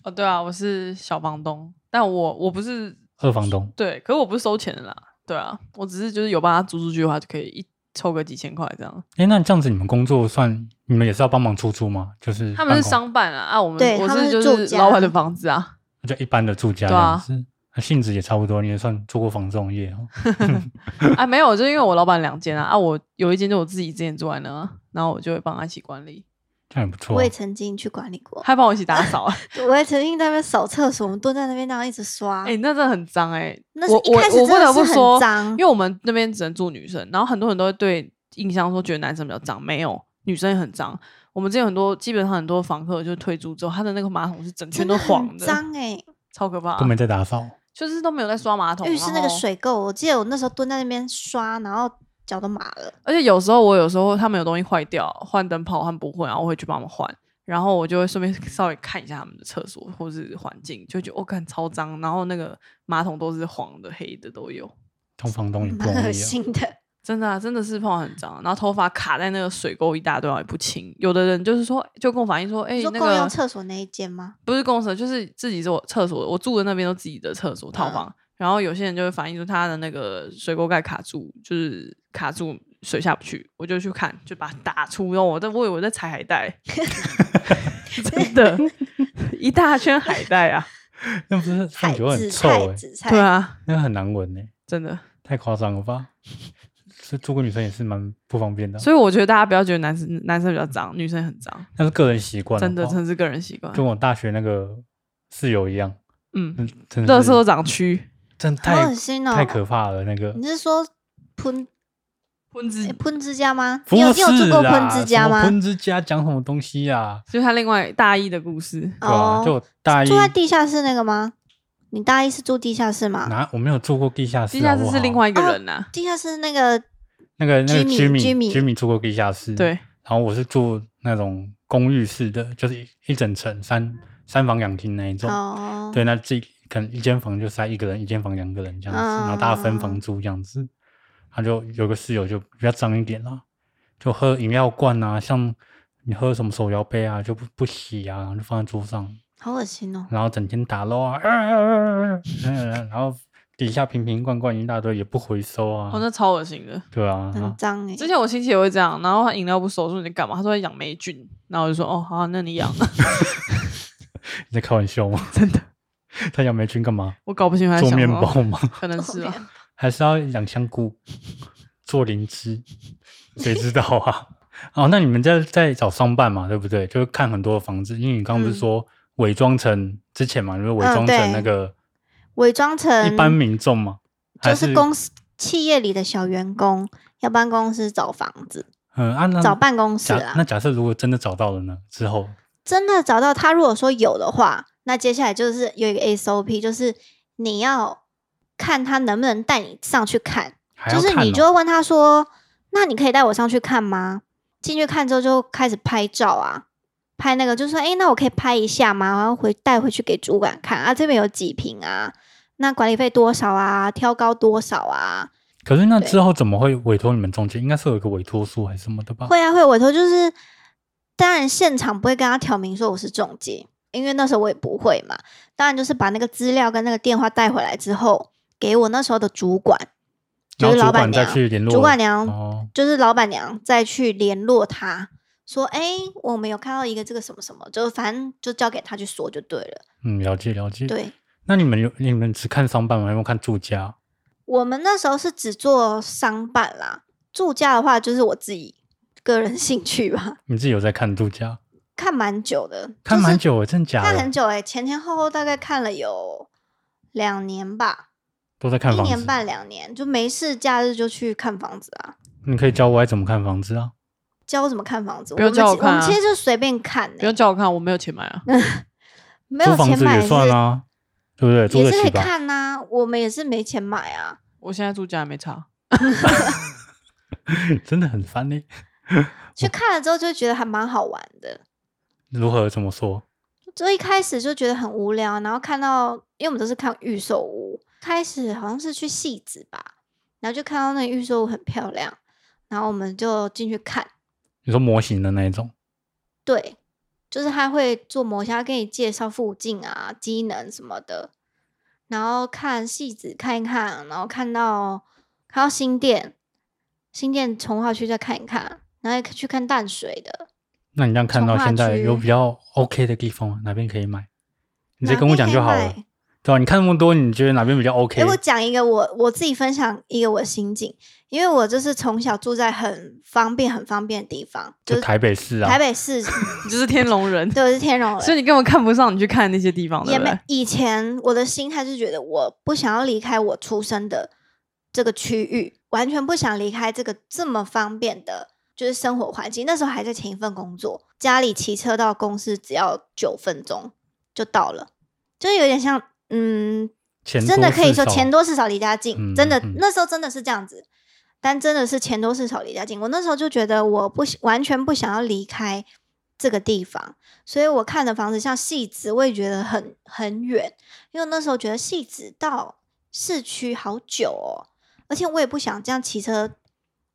S1: 哦，对啊，我是小房东，但我我不是
S2: 二房东，
S1: 对，可是我不是收钱的啦，对啊，我只是就是有帮他租出去的话，就可以一抽个几千块这样。
S2: 哎、那这样子你们工作算你们也是要帮忙出租吗？就是
S1: 他们
S2: 办
S1: 是
S2: 公，
S1: 商办啊，啊，我们
S3: 对
S1: 我
S3: 他们
S1: 是就是
S3: 住
S1: 是
S3: 家
S1: 老板的房子啊，
S2: 就一般的住家这
S1: 对啊
S2: 样子，那性质也差不多。你也算做过房仲业哦，
S1: 啊，没有，就是因为我老板两间啊，啊，我有一间就我自己之前住在那啊，然后我就会帮他一起管理，
S2: 这样也不错
S3: 我
S2: 啊、
S3: 也曾经去管理过，
S1: 他还帮我一起打扫、 啊，
S3: 我也曾经在那边扫厕所，我们蹲在那边那样一直刷。
S1: 哎、那真的很脏哎、
S3: 那是
S1: 我
S3: 一
S1: 我
S3: 开始
S1: 我不
S3: 真的
S1: 得不
S3: 是很
S1: 说，
S3: 脏
S1: 因为我们那边只能住女生，然后很多人都会对印象说觉得男生比较脏，没有，女生也很脏。我们之前很多基本上很多房客就退租之后，他的那个马桶是整圈
S3: 真
S1: 都
S3: 的
S1: 黄
S3: 很脏哎、
S1: 超可怕、
S2: 啊都没在打扫，
S1: 就是都没有在刷马桶，
S3: 浴室那
S1: 然
S3: 个
S1: 后，
S3: 水垢，我记得我那时候蹲在那边刷，然后脚都麻了。
S1: 而且有时候我有时候他们有东西坏掉，换灯泡换不会，然后我会去帮他们换，然后我就会顺便 稍微看一下他们的厕所或是环境，就觉得我哦看、干超脏，然后那个马桶都是黄的、黑的都有，
S2: 当房东也不
S3: 蛮
S2: 容
S3: 恶
S2: 易、啊。
S3: 心的。
S1: 真的啊，真的是碰到很脏，然后头发卡在那个水沟一大堆，然后也不清。有的人就是说，就跟我反映说，哎、
S3: 你说
S1: 那
S3: 共用
S1: 个
S3: 厕所那一间吗？
S1: 不是公厕，就是自己做厕所，我住的那边都自己的厕所套房。
S3: 嗯
S1: 然后有些人就会反映说他的那个水沟盖卡住，就是卡住水下不去，我就去看，就把它打出。然后我在我以为我在踩海 带，真的，一大圈海带 啊！
S3: 嗯
S2: 那不是
S3: 海
S2: 放久会
S3: 紫
S2: 很臭
S3: 菜，
S2: 哎、
S3: 紫菜。
S1: 对，啊，
S2: 那很难闻哎、
S1: 真的。
S2: 太夸张了吧？ 是做过女生也是蛮不方便的啊，
S1: 所以我觉得大家不要觉得男生男生比较脏，女生很脏，
S2: 那是个人习惯，
S1: 真的，
S2: 好不
S1: 真
S2: 好
S1: 的是个人习惯。
S2: 跟我大学那个室友一样，
S1: 嗯，
S2: 嗯，真
S1: 垃
S2: 的
S1: 圾
S2: 是
S1: 都长蛆。
S2: 真的
S3: 好
S2: 太
S3: 恶心哦！
S2: 太可怕了。那个
S3: 你是说喷
S1: 喷子
S3: 诶哎喷之家吗？
S2: 不
S3: 你有你
S2: 是
S3: 有住过喷
S2: 啦
S3: 之家
S2: 什么
S3: 吗？
S2: 喷之家讲什么东西呀？
S1: 就是他另外大一的故事。
S2: 对吧？
S3: 哦
S2: 就我大一
S3: 住在地下室那个吗？你大一是住地下室吗？
S2: 哪我没有住过地下室，
S1: 地下室
S2: 好不
S1: 是
S2: 好
S1: 另外一个人呐、啊
S3: 地下室那个
S2: 那个那个
S3: Jimmy-
S2: 居民
S3: Jimmy
S2: 居民住过地下室，。
S1: 对，
S2: 然后我是住那种公寓式的，就是一一整层三三房两厅那一种，
S3: 哦，
S2: 对，那自己可能一间房就塞一个人，一间房两个人这样子，然后大家分房
S3: 嗯
S2: 租这样子。他就有个室友就比较脏一点啦，就喝饮料罐啊，像你喝什么手摇杯啊，就不不洗啊，然后就放在桌上，
S3: 好恶心哦！
S2: 然后整天打捞啊， 啊啊啊啊啊嗯然后底下瓶瓶罐罐一大堆也不回收啊，
S1: 哦，那嗯超恶心的。
S2: 对啊，然
S3: 很
S2: 后
S3: 脏哎、
S1: 之前我亲戚也会这样，然后他饮料不熟，说你在干嘛？他说在养霉菌，然后我就说哦，好啊、那你养。
S2: 你在开玩笑吗？
S1: 真的，
S2: 他养霉菌干嘛？
S1: 我搞不清楚他在
S2: 做
S1: 想什
S2: 面
S1: 么
S2: 包吗？
S1: 可能是啊吧。
S2: 还是要养香菇，做灵芝，谁知道啊？ 哦，那你们在在找商办嘛，对不对？就是看很多房子，因为你刚刚不是
S3: 嗯
S2: 说伪装成之前嘛，你们伪装成
S3: 对
S2: 那个
S3: 伪装成
S2: 一般民众嘛，还
S3: 就是公司企业里的小员工要帮公司找房子、
S2: 嗯啊那
S3: 找办公室
S2: 假
S3: 啊
S2: 那。假设如果真的找到了呢？之后
S3: 真的找到他，如果说有的话，那接下来就是有一个 SOP，就是你要看他能不能带你上去看，
S2: 还
S3: 就
S2: 要
S3: 是
S2: 看、哦，
S3: 你就会问他说：“那你可以带我上去看吗？”进去看之后就开始拍照啊，拍那个就说：“哎、那我可以拍一下吗？”然后回带回去给主管看啊，这边有几平啊，那管理费多少啊，挑高多少啊，
S2: 可是那
S3: 对
S2: 之后怎么会委托你们中介？应该是有一个委托书还是什么的吧？
S3: 会啊，会委托，就是当然现场不会跟他挑明说我是中介，因为那时候我也不会嘛。当然就是把那个资料跟那个电话带回来之后，给我那时候的主管，
S2: 然
S3: 就
S2: 后
S3: 是
S2: 主
S3: 老板
S2: 管再
S3: 娘，
S2: 去联络
S3: 主管娘
S2: 哦，
S3: 就是老板娘再去联络他。说，哎、我们有看到一个这个什么什么，就反正就交给他去说就对了。
S2: 嗯，了解了解。，
S3: 对
S2: 那你们有你们只看商办吗？有没有看住家？
S3: 我们那时候是只做商办啦，住家的话就是我自己个人 兴趣吧，
S2: 你自己有在看度假？
S3: 看蛮久的，
S2: 看
S3: 就是
S2: 蛮久了，真假
S3: 看
S2: 的啊
S3: 很？久哎、前前后后大概看了有两年吧，
S2: 都在看
S3: 一
S2: 房
S3: 年
S2: 子。
S3: 半两年，就没事假日就去看房子啊。
S2: 你可以教我该怎么看房子啊？
S3: 教我怎么看房子？
S1: 不要
S3: 们
S1: 教我
S3: 其
S1: 看
S3: 我们
S1: 啊
S3: 其实就随便看、
S1: 不
S3: 欸
S1: 用，叫我看，我没有钱买啊。
S3: 没
S2: 租
S3: 有
S2: 房
S3: 钱
S2: 子
S3: 买
S2: 也
S3: 是
S2: 算啊，对不对？租
S3: 也
S2: 得
S3: 是可
S2: 起
S3: 以
S2: 吧？
S3: 看呐、我们也是没钱买啊。
S1: 我现在住家也没 差，
S2: 真的很烦呢、嗯
S3: 去看了之后就觉得还蛮好玩的，
S2: 如何怎么说？
S3: 就一开始就觉得很无聊，然后看到因为我们都是看预售屋，开始好像是去戏子吧，然后就看到那个预售屋很漂亮，然后我们就进去看，
S2: 你说模型的那一种，
S3: 对，就是他会做模型，他给你介绍附近啊、机能什么的，然后看戏子看一看，然后看到看到新店，新店从化区再看一看，然后也可以去看淡水的，
S2: 那你这样看到
S3: 从化
S2: 现在
S3: 区
S2: 有比较 OK 的地方吗？哪边可以买？你直接
S3: 哪
S2: 跟我
S3: 边
S2: 讲
S3: 可以
S2: 就好了
S3: 买。
S2: 对啊，你看那么多，你觉得哪边比较 OK？
S3: 哎、我讲一个我我自己分享一个我心境，因为我就是从小住在很方便、很方便的地方，就
S2: 就是台北市啊，
S3: 台北 市，
S1: 你就是天龙人，
S3: 对，我是天龙
S1: 所以
S3: 人。
S1: 你根本看不上你去看那些地方，对
S3: 也
S1: 不
S3: 没
S1: 对？
S3: 以前我的心态是觉得我不想要离开我出生的这个区域，完全不想离开这个这么方便的，就是生活环境。那时候还在前一份工作，家里骑车到公司只要九分钟就到了，就是有点像嗯
S2: 钱
S3: 真的
S2: 多
S3: 可以
S2: 事
S3: 说
S2: 少
S3: 钱多事少离家近，
S2: 嗯
S3: 真的、
S2: 嗯
S3: 那时候真的是这样子，但真的是钱多事少离家近。我那时候就觉得我不喜完全不想要离开这个地方，所以我看的房子像戏子，我也觉得很很远，因为那时候觉得戏子到市区好久哦，而且我也不想这样骑车，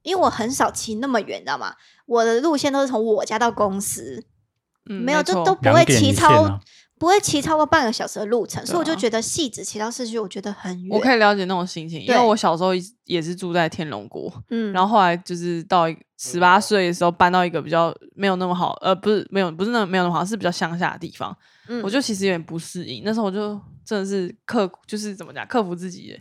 S3: 因为我很少骑那么远，你知道吗？我的路线都是从我家到公司，
S1: 嗯
S3: 没有，就
S1: 错
S3: 都不
S2: 两
S3: 会
S2: 点
S3: 骑
S2: 一
S3: 超、
S2: 线啊
S3: 不会骑超过半个小时的路程，
S1: 对
S3: 所以我就
S1: 啊
S3: 觉得戏子骑到市区，我觉得很远。
S1: 我可以了解那种心情，因为
S3: 对
S1: 我小时候一也是住在天龙国，
S3: 嗯，
S1: 然后后来就是到十八岁的时候搬到一个比较没有那么好，呃，不是没有不是那没有那么好，是比较乡下的地方。
S3: 嗯
S1: 我就其实有点不适应，那时候我就真的是克，就是怎么讲，克服自己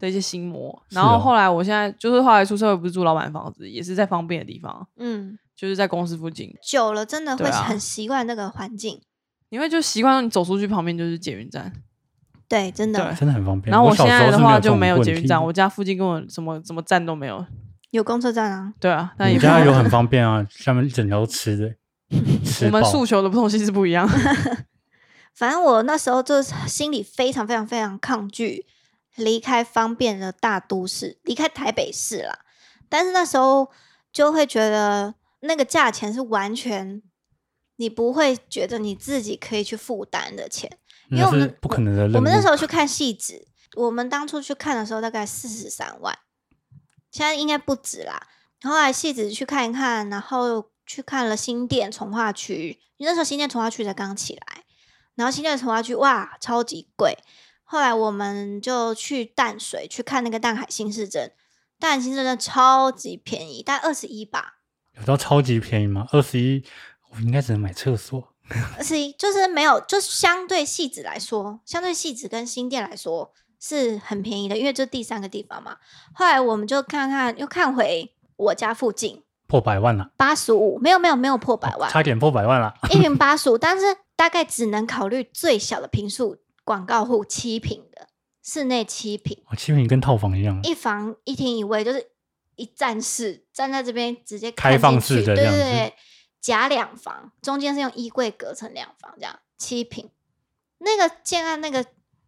S1: 的一些心魔。
S2: 是
S1: 然后
S2: 哦
S1: 后来我现在就是后来出社会，不是住老板房子，也是在方便的地方，
S3: 嗯，
S1: 就是在公司附近，
S3: 久了真的
S1: 对
S3: 会
S1: 啊
S3: 很习惯那个环境。
S1: 你会就习惯你走出去旁边就是捷运站。
S3: 对，真的
S1: 对
S2: 真的很方便。
S1: 然后我
S2: 哎小
S1: 现
S2: 时
S1: 在
S2: 候
S1: 的
S2: 是
S1: 话
S2: 有这
S1: 就
S2: 种
S1: 没有
S2: 问
S1: 捷运
S2: 题
S1: 站，我家附近跟我什么什么站都没有。
S3: 有公车站啊，
S1: 对啊，但也
S2: 你
S1: 不知道
S2: 家有很方便啊，下面一整条都吃的，吃
S1: 我们
S2: 爆
S1: 诉求的东西是不一 样。
S3: 反正我那时候就是心里非常非常非常抗拒离开方便的大都市，离开台北市啦。但是那时候就会觉得那个价钱是完全你不会觉得你自己可以去负担的钱。因为
S2: 那
S3: 我们
S2: 是不可能的任务。
S3: 我们那时候去看戏子，我们当初去看的时候大概四十三万，现在应该不止啦。后来戏子去看一看，然后去看了新店从化区，因为那时候新店从化区才刚起来，然后新店从化区哇超级贵。后来我们就去淡水去看那个淡海新市镇，淡海新市镇超级便宜，大概二十一吧，
S2: 有到超级便宜吗？二十一，我应该只能买厕所。
S3: 二十一就是没有，就是相对戏子来说，相对戏子跟新店来说是很便宜的，因为这第三个地方嘛。后来我们就看看，又看回我家附近
S2: 破百万了、
S3: 八十五，没有没有没有破百
S2: 哦
S3: 万，
S2: 差点破百万了、
S3: 一平八十五，但是大概只能考虑最小的平数，广告户七平的室内七平，
S2: 哦，七平跟套房一样，
S3: 一房一厅一卫，就是一站式，站在这边直接
S2: 开
S3: 看进
S2: 放式
S3: 去
S2: 的
S3: 对
S2: 这样
S3: 对
S2: 子
S3: 对，夹两房，中间是用衣柜隔成两房，这样七平。那个建案那个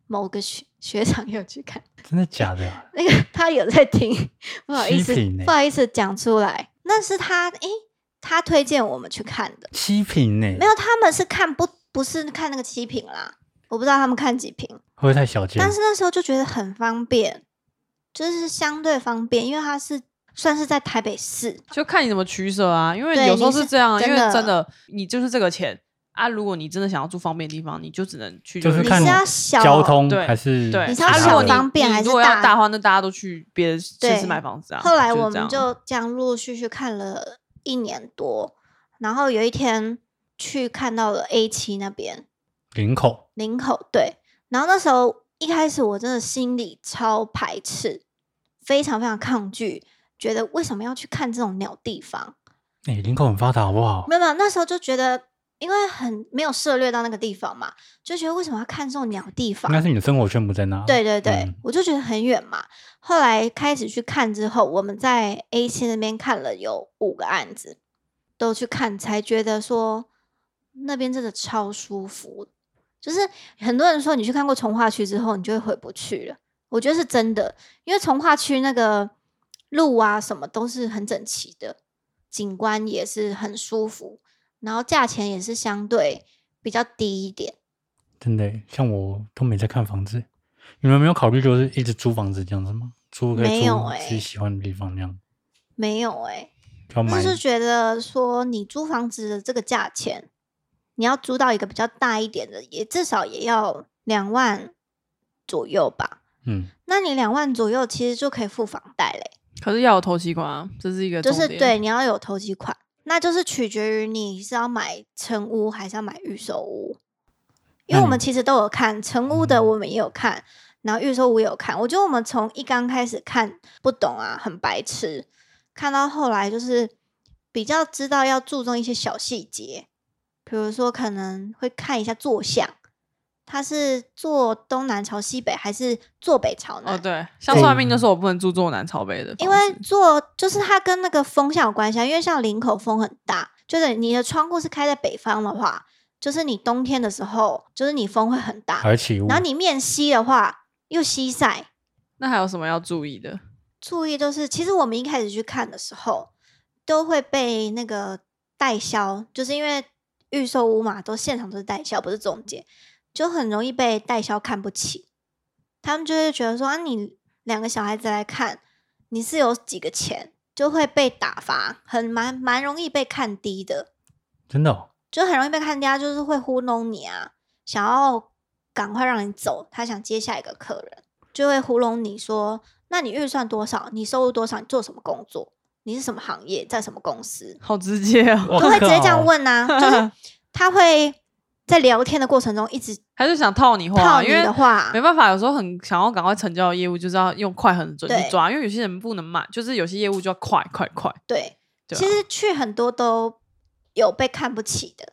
S3: 某个学学长有去看，
S2: 真的假的、啊？
S3: 那个他有在听，不好意思，
S2: 七平欸
S3: 不好意思讲出来，那是他诶、他推荐我们去看的，
S2: 七平呢、
S3: 没有，他们是看不不是看那个七平啦，我不知道他们看几平。
S2: 会不会太小间？
S3: 但是那时候就觉得很方便，就是相对方便，因为它是算是在台北市，
S1: 就看你怎么取舍啊，因为
S3: 对
S1: 有时候
S3: 你是
S1: 是这样啊，因
S3: 真
S1: 为
S3: 的
S1: 真的你就是这个钱啊，如果你真的想要住方便的地方，你就只能去
S2: 就是
S1: 是
S2: 看
S3: 你是要小
S2: 交通
S1: 对
S2: 还是
S1: 对，
S3: 你是要
S1: 啊，
S3: 小
S1: 如果你
S3: 方便
S1: 你
S3: 还是
S1: 如果要
S3: 大
S1: 大的话，那大家都去别的县
S3: 对
S1: 市买房子啊。
S3: 后来
S1: 是
S3: 我
S1: 这
S3: 们
S1: 样
S3: 就这样陆陆续续看了一年多，然后有一天去看到了 A 七那边
S2: 领口
S3: 林口对，然后那时候一开始我真的心里超排斥，非常非常抗拒，觉得为什么要去看这种鸟地方？
S2: 哎、林口很发达好不好？
S3: 没有没有，那时候就觉得，因为很没有涉猎到那个地方嘛，就觉得为什么要看这种鸟地
S2: 应
S3: 方？
S2: 该是你的生活圈不在那。
S3: 对对对，
S2: 嗯
S3: 我就觉得很远嘛。后来开始去看之后，我们在 A 区那边看了有五个案子，都去看，才觉得说那边真的超舒服。就是很多人说你去看过从化区之后，你就会回不去了。我觉得是真的，因为从化区那个路啊什么都是很整齐的，景观也是很舒服，然后价钱也是相对比较低一点。
S2: 真的耶，像我都没在看房子。你们没有考虑就是一直租房子这样子吗？租可以
S3: 没有欸
S2: 租
S3: 耶
S2: 自己喜欢的地方那样，
S3: 没有哎、
S2: 就要买
S3: 那是觉得说，你租房子的这个价钱，你要租到一个比较大一点的，也至少也要两万左右吧。
S2: 嗯，
S3: 那你两万左右，其实就可以付房贷嘞，
S1: 可是要有头期款啊，这是一个
S3: 就是
S1: 重点
S3: 对，你要有投机款，那就是取决于你是要买成屋还是要买预售屋。因为我
S2: 那
S1: 嗯
S3: 们
S2: 你
S3: 其实都有看成屋的，
S2: 嗯
S3: 我们也有看，然后预售屋也有看。我觉得我们从一刚开始看不懂啊，很白痴，看到后来就是比较知道要注重一些小细节，比如说可能会看一下坐向，它是坐东南朝西北还是坐北朝南？
S1: 哦，对，像算命就说我不能住坐南朝北的房子，
S3: 因为坐就是它跟那个风向有关系啊，因为像林口风很大，就是你的窗户是开在北方的话，就是你冬天的时候，就是你风会很大，
S2: 还是起屋
S3: 然后你面西的话又西晒，
S1: 那还有什么要注意的？
S3: 注意就是，其实我们一开始去看的时候，都会被那个代销，就是因为预售屋嘛，都现场都是代销，不是中介，就很容易被代销看不起。他们就会觉得说啊，你两个小孩子来看，你是有几个钱，就会被打发，很蛮蛮容易被看低的，
S2: 真的、哦，
S3: 就很容易被看低啊，就是会糊弄你啊，想要赶快让你走，他想接下一个客人，就会糊弄你说，那你预算多少？你收入多少？你做什么工作？你是什么行业？在什么公司？
S1: 好直接哦，
S2: 我
S3: 都会直接这样
S2: 靠
S3: 问啊，就是 他会在聊天的过程中一直
S1: 还是想套你话，啊
S3: 套你
S1: 因为
S3: 的话啊
S1: 没，办法，有时候很想要赶快成交的业务，就是要用快很准
S3: 对
S1: 去抓，因为有些人不能慢，就是有些业务就要快快快。
S3: 对，
S1: 对啊
S3: 其实去很多都有被看不起的，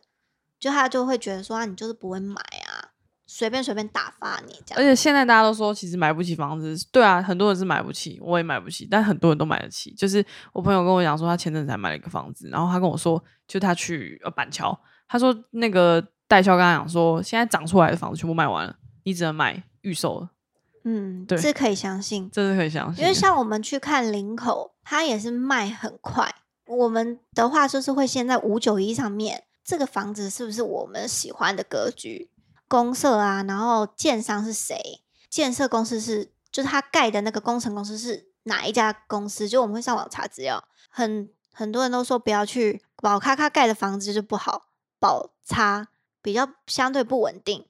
S3: 就他就会觉得说啊，你就是不会买啊，随便随便打发你这
S1: 而
S3: 样，
S1: 且现在大家都说，其实买不起房子，对啊，很多人是买不起，我也买不起，但很多人都买得起。就是我朋友跟我讲说，他前阵子才买了一个房子，然后他跟我说，就他去呃板桥，他说那个代销跟他讲说，现在涨出来的房子全部卖完了，你只能买预售了，
S3: 嗯，
S1: 对
S3: 是可以相信。
S1: 这是可以相信的。欸
S3: 因为像我们去看林口，它也是卖很快。我们的话就是会先在五九一上面，这个房子是不是我们喜欢的格局、公社啊，然后建商是谁，建设公司是就是他盖的那个工程公司是哪一家公司，就我们会上网查资料。很很多人都说不要去宝咖咖盖的房子就不好，宝差比较相对不稳定，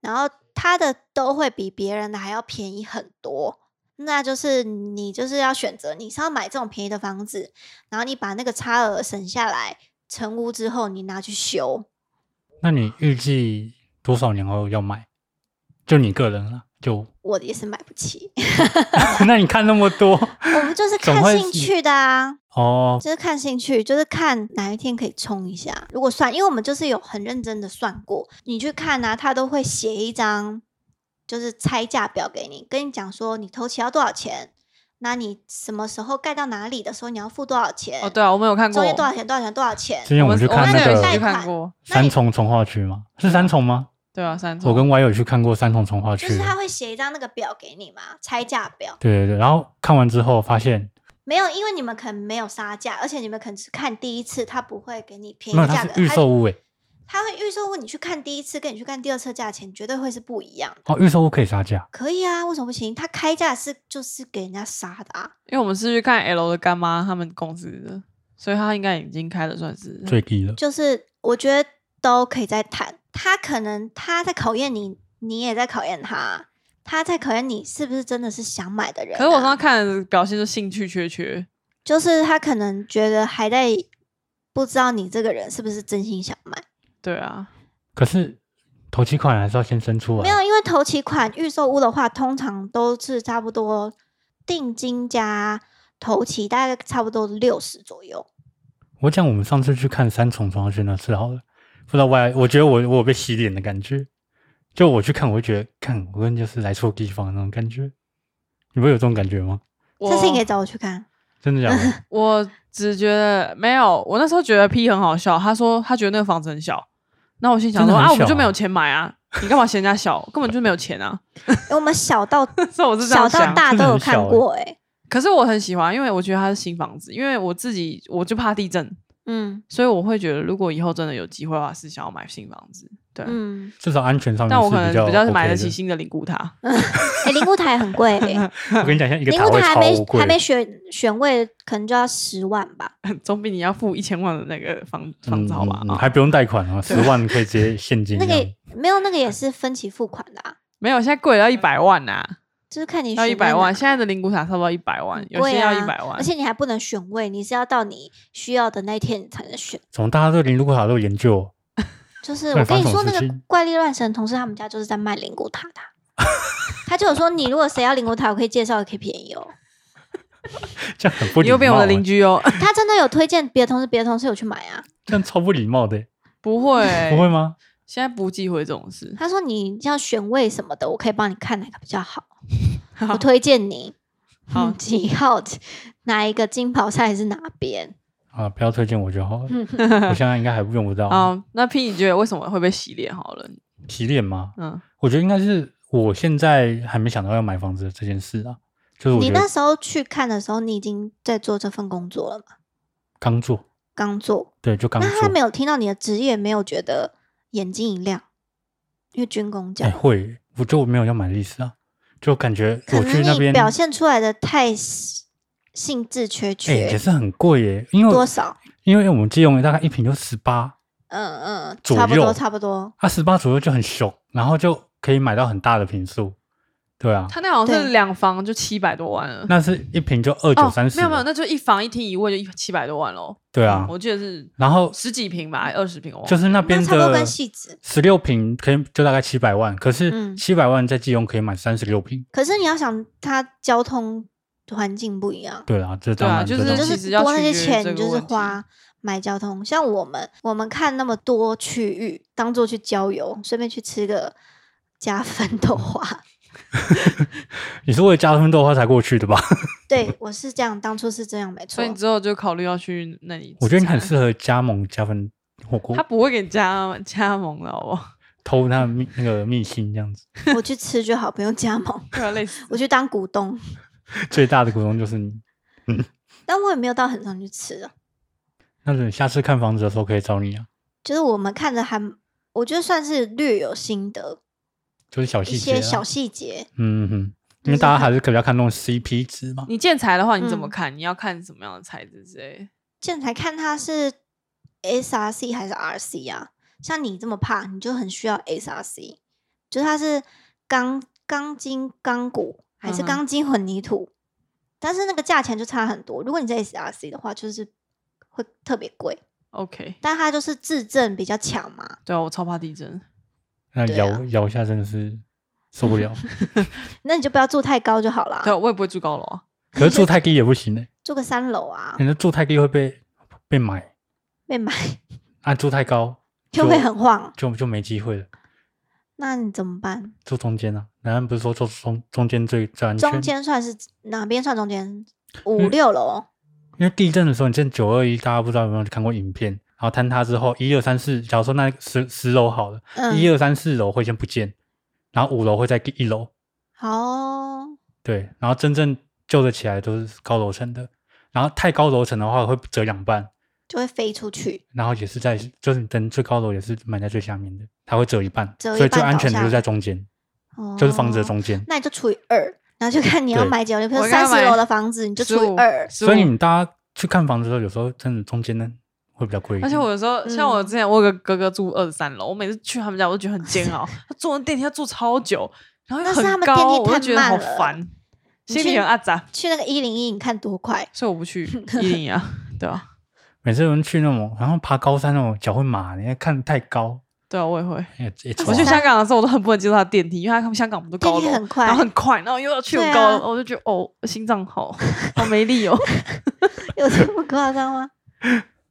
S3: 然后它的都会比别人的还要便宜很多。那就是你就是要选择你是要买这种便宜的房子，然后你把那个差额省下来，成屋之后你拿去修。
S2: 那你预计多少年后要买？就你个人了，就
S3: 我也是买不起，
S2: 那你看那么多
S3: 我们就是
S2: 总
S3: 看
S2: 会
S3: 兴
S2: 是
S3: 趣的啊，
S2: 哦，
S3: 就是看兴趣，就是看哪一天可以冲一下。如果算，因为我们就是有很认真的算过，你去看啊，他都会写一张就是拆价表给你，跟你讲说你头期要多少钱，那你什么时候盖到哪里的时候你要付多少钱，
S1: 哦，对啊，我们有看过
S3: 中，间多少钱多少钱多少钱，
S2: 之前我们去
S1: 我们
S2: 看
S3: 那
S1: 有
S2: 那
S3: 个
S1: 一起去
S3: 贷
S2: 个
S3: 款
S1: 看过，
S3: 那你
S2: 三重从化区吗？是三重吗？
S1: 对啊，三重
S2: 我跟 Y 友去看过三重从化区
S3: 就，是他会写一张那个表给你嘛，拆价表。
S2: 对对对，然后看完之后发现
S3: 没有，因为你们可能没有杀价，而且你们可能只看第一次，他不会给你便
S2: 没有，
S3: 宜
S2: 它
S3: 价
S2: 是
S3: 格。
S2: 预售屋欸诶，
S3: 他，他会预售屋，你去看第一次跟你去看第二次价钱绝对会是不一样的。
S2: 哦，预售屋可以杀价，
S3: 可以啊，为什么不行？他开价是就是给人家杀的啊。
S1: 因为我们是去看 L 的干妈他们公司的，所以他应该已经开的算是
S2: 最低了。
S3: 就是我觉得都可以再谈。他可能他在考验你，你也在考验他，他在考验你是不是真的是想买的人啊、
S1: 可是我刚刚看的表现就兴趣缺缺，
S3: 就是他可能觉得还在不知道你这个人是不是真心想买。
S1: 对啊，
S2: 可是头期款还是要先生出来，
S3: 没有，因为头期款预售屋的话，通常都是差不多定金加头期，大概差不多六十左右。
S2: 我讲我们上次去看三重双轩那次好了，不知道 why，我觉得我我有被洗脸的感觉，就我去看，我会觉得看我跟就是来错地方那种感觉，你会有这种感觉吗？
S1: 我
S3: 下次你可以找我去看。
S2: 真的假 的？
S1: 我只觉得没有，我那时候觉得 P 很好笑，他说他觉得那个房子很小，那我心想
S2: 真
S1: 说
S2: 的很
S1: 啊，
S2: 小
S1: 我们就
S2: 啊
S1: 没有钱买啊，你干嘛嫌人家小？根本就没有钱啊，
S3: 诶我们小到
S1: 所以我 是这
S3: 小
S1: 样
S3: 到
S1: 想。
S3: 大
S2: 真的
S3: 都有
S2: 很小
S3: 看
S2: 欸
S3: 过哎、
S1: 可是我很喜欢，因为我觉得它是新房子，因为我自己我就怕地震，
S3: 嗯
S1: 所以我会觉得如果以后真的有机会的话，是想要买新房子。对，
S3: 嗯，
S2: 至少安全上面
S1: 但我
S2: 是
S1: 可能
S2: 比较
S1: 比较
S2: OK
S1: 买得
S2: 的
S1: 起。新的灵骨塔。
S3: 哎、灵骨塔也很贵、欸，
S2: 我跟你讲，像一个
S3: 灵
S2: 塔
S3: 骨
S2: 会
S3: 塔还
S2: 超
S3: 没
S2: 贵
S3: 还，没选选位，可能就要十万吧。
S1: 总比你要付一千万的那个房房
S2: 嗯
S1: 子好吧？
S2: 嗯嗯
S1: 啊、
S2: 还不用贷款 啊，十万可以直接现金这
S3: 那
S2: 样。
S3: 个没有，那个也是分期付款的、啊，
S1: 没有，现在贵了要一百万呐、
S3: 就是看你
S1: 要一
S3: 询问
S1: 百
S3: 哪
S1: 万。现在的灵骨塔差不多一百万，有
S3: 贵
S1: 些要
S3: 啊
S1: 一百万
S3: 而。且你还不能选位，你是要到你需要的那一天你才能选。
S2: 怎么大家对灵骨塔都有研究 哦？
S3: 就是
S2: 对
S3: 我跟你
S2: 发生
S3: 说，
S2: 什么
S3: 那
S2: 事
S3: 个
S2: 情
S3: 怪力乱神同事他们家就是在卖灵骨塔的啊， 他就有说你如果谁要灵骨塔，我可以介绍，也可以便宜哦。
S2: 这样很不
S1: 你
S2: 礼貌、
S1: 又
S2: 欸。
S1: 变我的邻居哦？
S3: 他真的有推荐别的同事，别的同事有去买啊。
S2: 这样超不礼貌的欸、
S1: 不会、
S2: 不会吗？
S1: 现在不忌讳这种事。
S3: 他说你要选位什么的，我可以帮你看哪个比较好，我推荐你。
S1: 好
S3: 嗯几号哪一个金跑赛是哪边？
S2: 啊，不要推荐我就 好了。我现在应该还用不到啊
S1: 好，那 P 你觉得为什么会被洗脸？好了，
S2: 洗脸吗？
S1: 嗯，
S2: 我觉得应该是我现在还没想到要买房子的这件事啊，就是我
S3: 你
S2: 觉
S3: 那
S2: 得
S3: 时候去看的时候，你已经在做这份工作了嘛？
S2: 刚做，
S3: 刚做，
S2: 对，就刚做
S3: 那他。没有听到你的职业，没有觉得眼睛一亮，因为军工
S2: 哎、
S3: 教，
S2: 会，我就没有要买的意思啊，就感觉
S3: 可
S2: 我去那
S3: 能你
S2: 边，
S3: 表现出来的太兴致缺
S2: 哎、
S3: 缺，
S2: 也是很贵耶、因为
S3: 多少？
S2: 因为我们基隆大概一瓶就十八，
S3: 嗯嗯，
S2: 左
S3: 差不多
S2: 右
S3: 差不多。
S2: 啊，十八左右就很熊，然后就可以买到很大的瓶数，对啊，
S1: 他那好像是
S3: 对
S1: 两房就七百多万了。哦
S2: 那是一瓶就二
S3: 哦
S2: 九三十，
S1: 没有没有，那就一房一厅一卫就一七百多万喽。
S2: 对啊
S1: 我记得是
S2: 然后
S1: 十几平吧，二十平哦。
S2: 就是那边
S3: 那差不多
S2: 的
S3: 跟戏子
S2: 十六瓶可以就大概七百万，可是
S3: 嗯
S2: 七百万在基隆可以买三十六瓶，
S3: 可是你要想，它交通环境不一样，
S2: 对啊，这
S1: 对
S2: 当
S1: 啊
S2: 然
S1: 就
S2: 这
S1: 是
S2: 当然
S3: 你就是
S1: 其实要
S3: 多那些
S1: 取决于
S3: 钱，
S1: 这
S3: 你
S1: 个
S3: 就是
S1: 问题
S3: 花买交通。像我们，我们看那么多区域，当做去郊游，顺便去吃个加分豆花。
S2: 你是为了加分豆花才过去的吧？
S3: 对我是这样，当初是这样，没错
S1: 所以。你之后就考虑要去那里。
S2: 我觉得你很适合加盟加分火锅
S1: 他，不会给你加加盟哦的好 不好？
S2: 偷他的秘那个秘辛这样子。
S3: 我去吃就好，不用加盟，
S1: 对啊，累死。
S3: 我去当股东。
S2: 最大的股东就是你。
S3: 但我也没有到很常去吃啊，
S2: 那你下次看房子的时候可以找你啊，
S3: 就是我们看着还，我觉得算是略有心得，
S2: 就是小
S3: 一
S2: 细节、啊。
S3: 些小细节。
S2: 嗯嗯嗯，因为大家还是比较看重 CP 值嘛。
S1: 你建材的话你怎
S3: 嗯
S1: 么看？你要看什么样的材质之类的？
S3: 建材看它是 SRC 还是 RC 啊？像你这么怕，你就很需要 SRC，就是它是钢钢筋钢骨还是
S1: 嗯哼
S3: 钢筋混凝土，但是那个价钱就差很多。如果你在 SRC 的话，就是会特别贵，
S1: OK，
S3: 但它就是质证比较强嘛。
S1: 对啊，我超怕地震。
S2: 那
S3: 对
S2: 摇、
S3: 啊
S2: 摇一下真的是受不 了，
S3: 那你就不要住太高就好啦
S1: 对，啊，我也不会住高楼啊。
S2: 可是住太低也不行呢、欸
S3: 住个三楼啊
S2: 你，那住太低会被被买，
S3: 被买
S2: 啊住太高
S3: 就会很晃。
S2: 就就没机会了。
S3: 那你怎么办？
S2: 住中间啊，南安不是说住中中间最最安全？
S3: 中间算是哪边算中间？五
S2: 嗯
S3: 六楼，
S2: 因为地震的时候，你见九二一，大家不知道有没有看过影片？然后坍塌之后，一二三四，假如说那十十楼好了，
S3: 嗯，
S2: 一二三四楼会先不见，然后五楼会在第一楼，
S3: 好哦，
S2: 对，然后真正救得起来都是高楼层的，然后太高楼层的话会折两半，
S3: 就会飞出去。
S2: 然后也是在就是你等最高楼也是埋在最下面的，它会折一半，
S3: 折一
S2: 所以
S3: 半
S2: 最安全的
S3: 倒下
S2: 就是在中间，就是房子的中间
S3: 哦，。那你就除以二，然后就看你要
S2: 对
S3: 买几楼。比如
S1: 我
S3: 三
S1: 刚
S3: 十
S1: 买
S3: 楼的房子，你就除以
S1: 15
S3: 二。
S2: 所以
S1: 15
S2: 你大家去看房子的时候，有时候真的中间呢会比较贵一
S1: 而
S2: 点。
S1: 且我有时候，像我
S3: 嗯
S1: 之前我有个哥哥住二十三楼，我每次去他们家我都觉得很煎 熬，他坐那电梯要坐超久，然后又
S3: 那是他
S1: 很
S3: 们
S1: 高，
S3: 电梯
S1: 我
S3: 太
S1: 就觉得好
S3: 慢了
S1: 烦，
S3: 你
S1: 心里
S3: 去
S1: 很阿杂，
S3: 去那个一零一，你看多快？
S1: 所以我不去一零一啊，对啊，
S2: 每次有人去那种，然后爬高山那种，脚会麻，你看太高。
S1: 对啊，我也会。
S2: 也也
S1: 我去香港的时候，我都很不能接受他的电梯，因为他们香港不是高
S3: 电梯
S1: 楼，
S3: 很快
S1: 然后很快，然后又要去很
S3: 对啊
S1: 高楼，我就觉得 哦，心脏好好没力哦。
S3: 有这么夸张吗？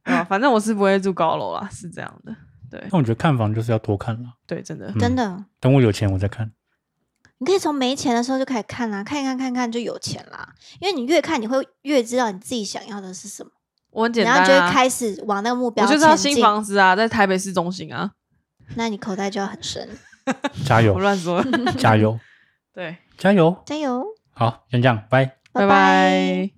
S1: 对吧反正我是不会住高楼啦，是这样的。对
S2: 但我觉得看房就是要多看了，
S1: 对，真的，
S2: 嗯
S3: 真的，
S2: 等我有钱我再看。
S3: 你可以从没钱的时候就开始看啊，看一看看一看就有钱啦。因为你越看，你会越知道你自己想要的是什么，
S1: 我很简
S3: 然
S1: 单
S3: 后就会
S1: 啊。
S3: 开始往那个目
S1: 我
S3: 标
S1: 就
S3: 前
S1: 知道
S3: 进
S1: 新。房子啊，在台北市中心啊，
S3: 那你口袋就要很深，
S2: 加
S1: 我
S2: 油，
S1: 乱 说。
S2: 加油，
S1: 对，
S2: 加油！
S3: 加油，
S2: 好，先这样，拜。
S1: 拜
S3: 拜
S1: 拜。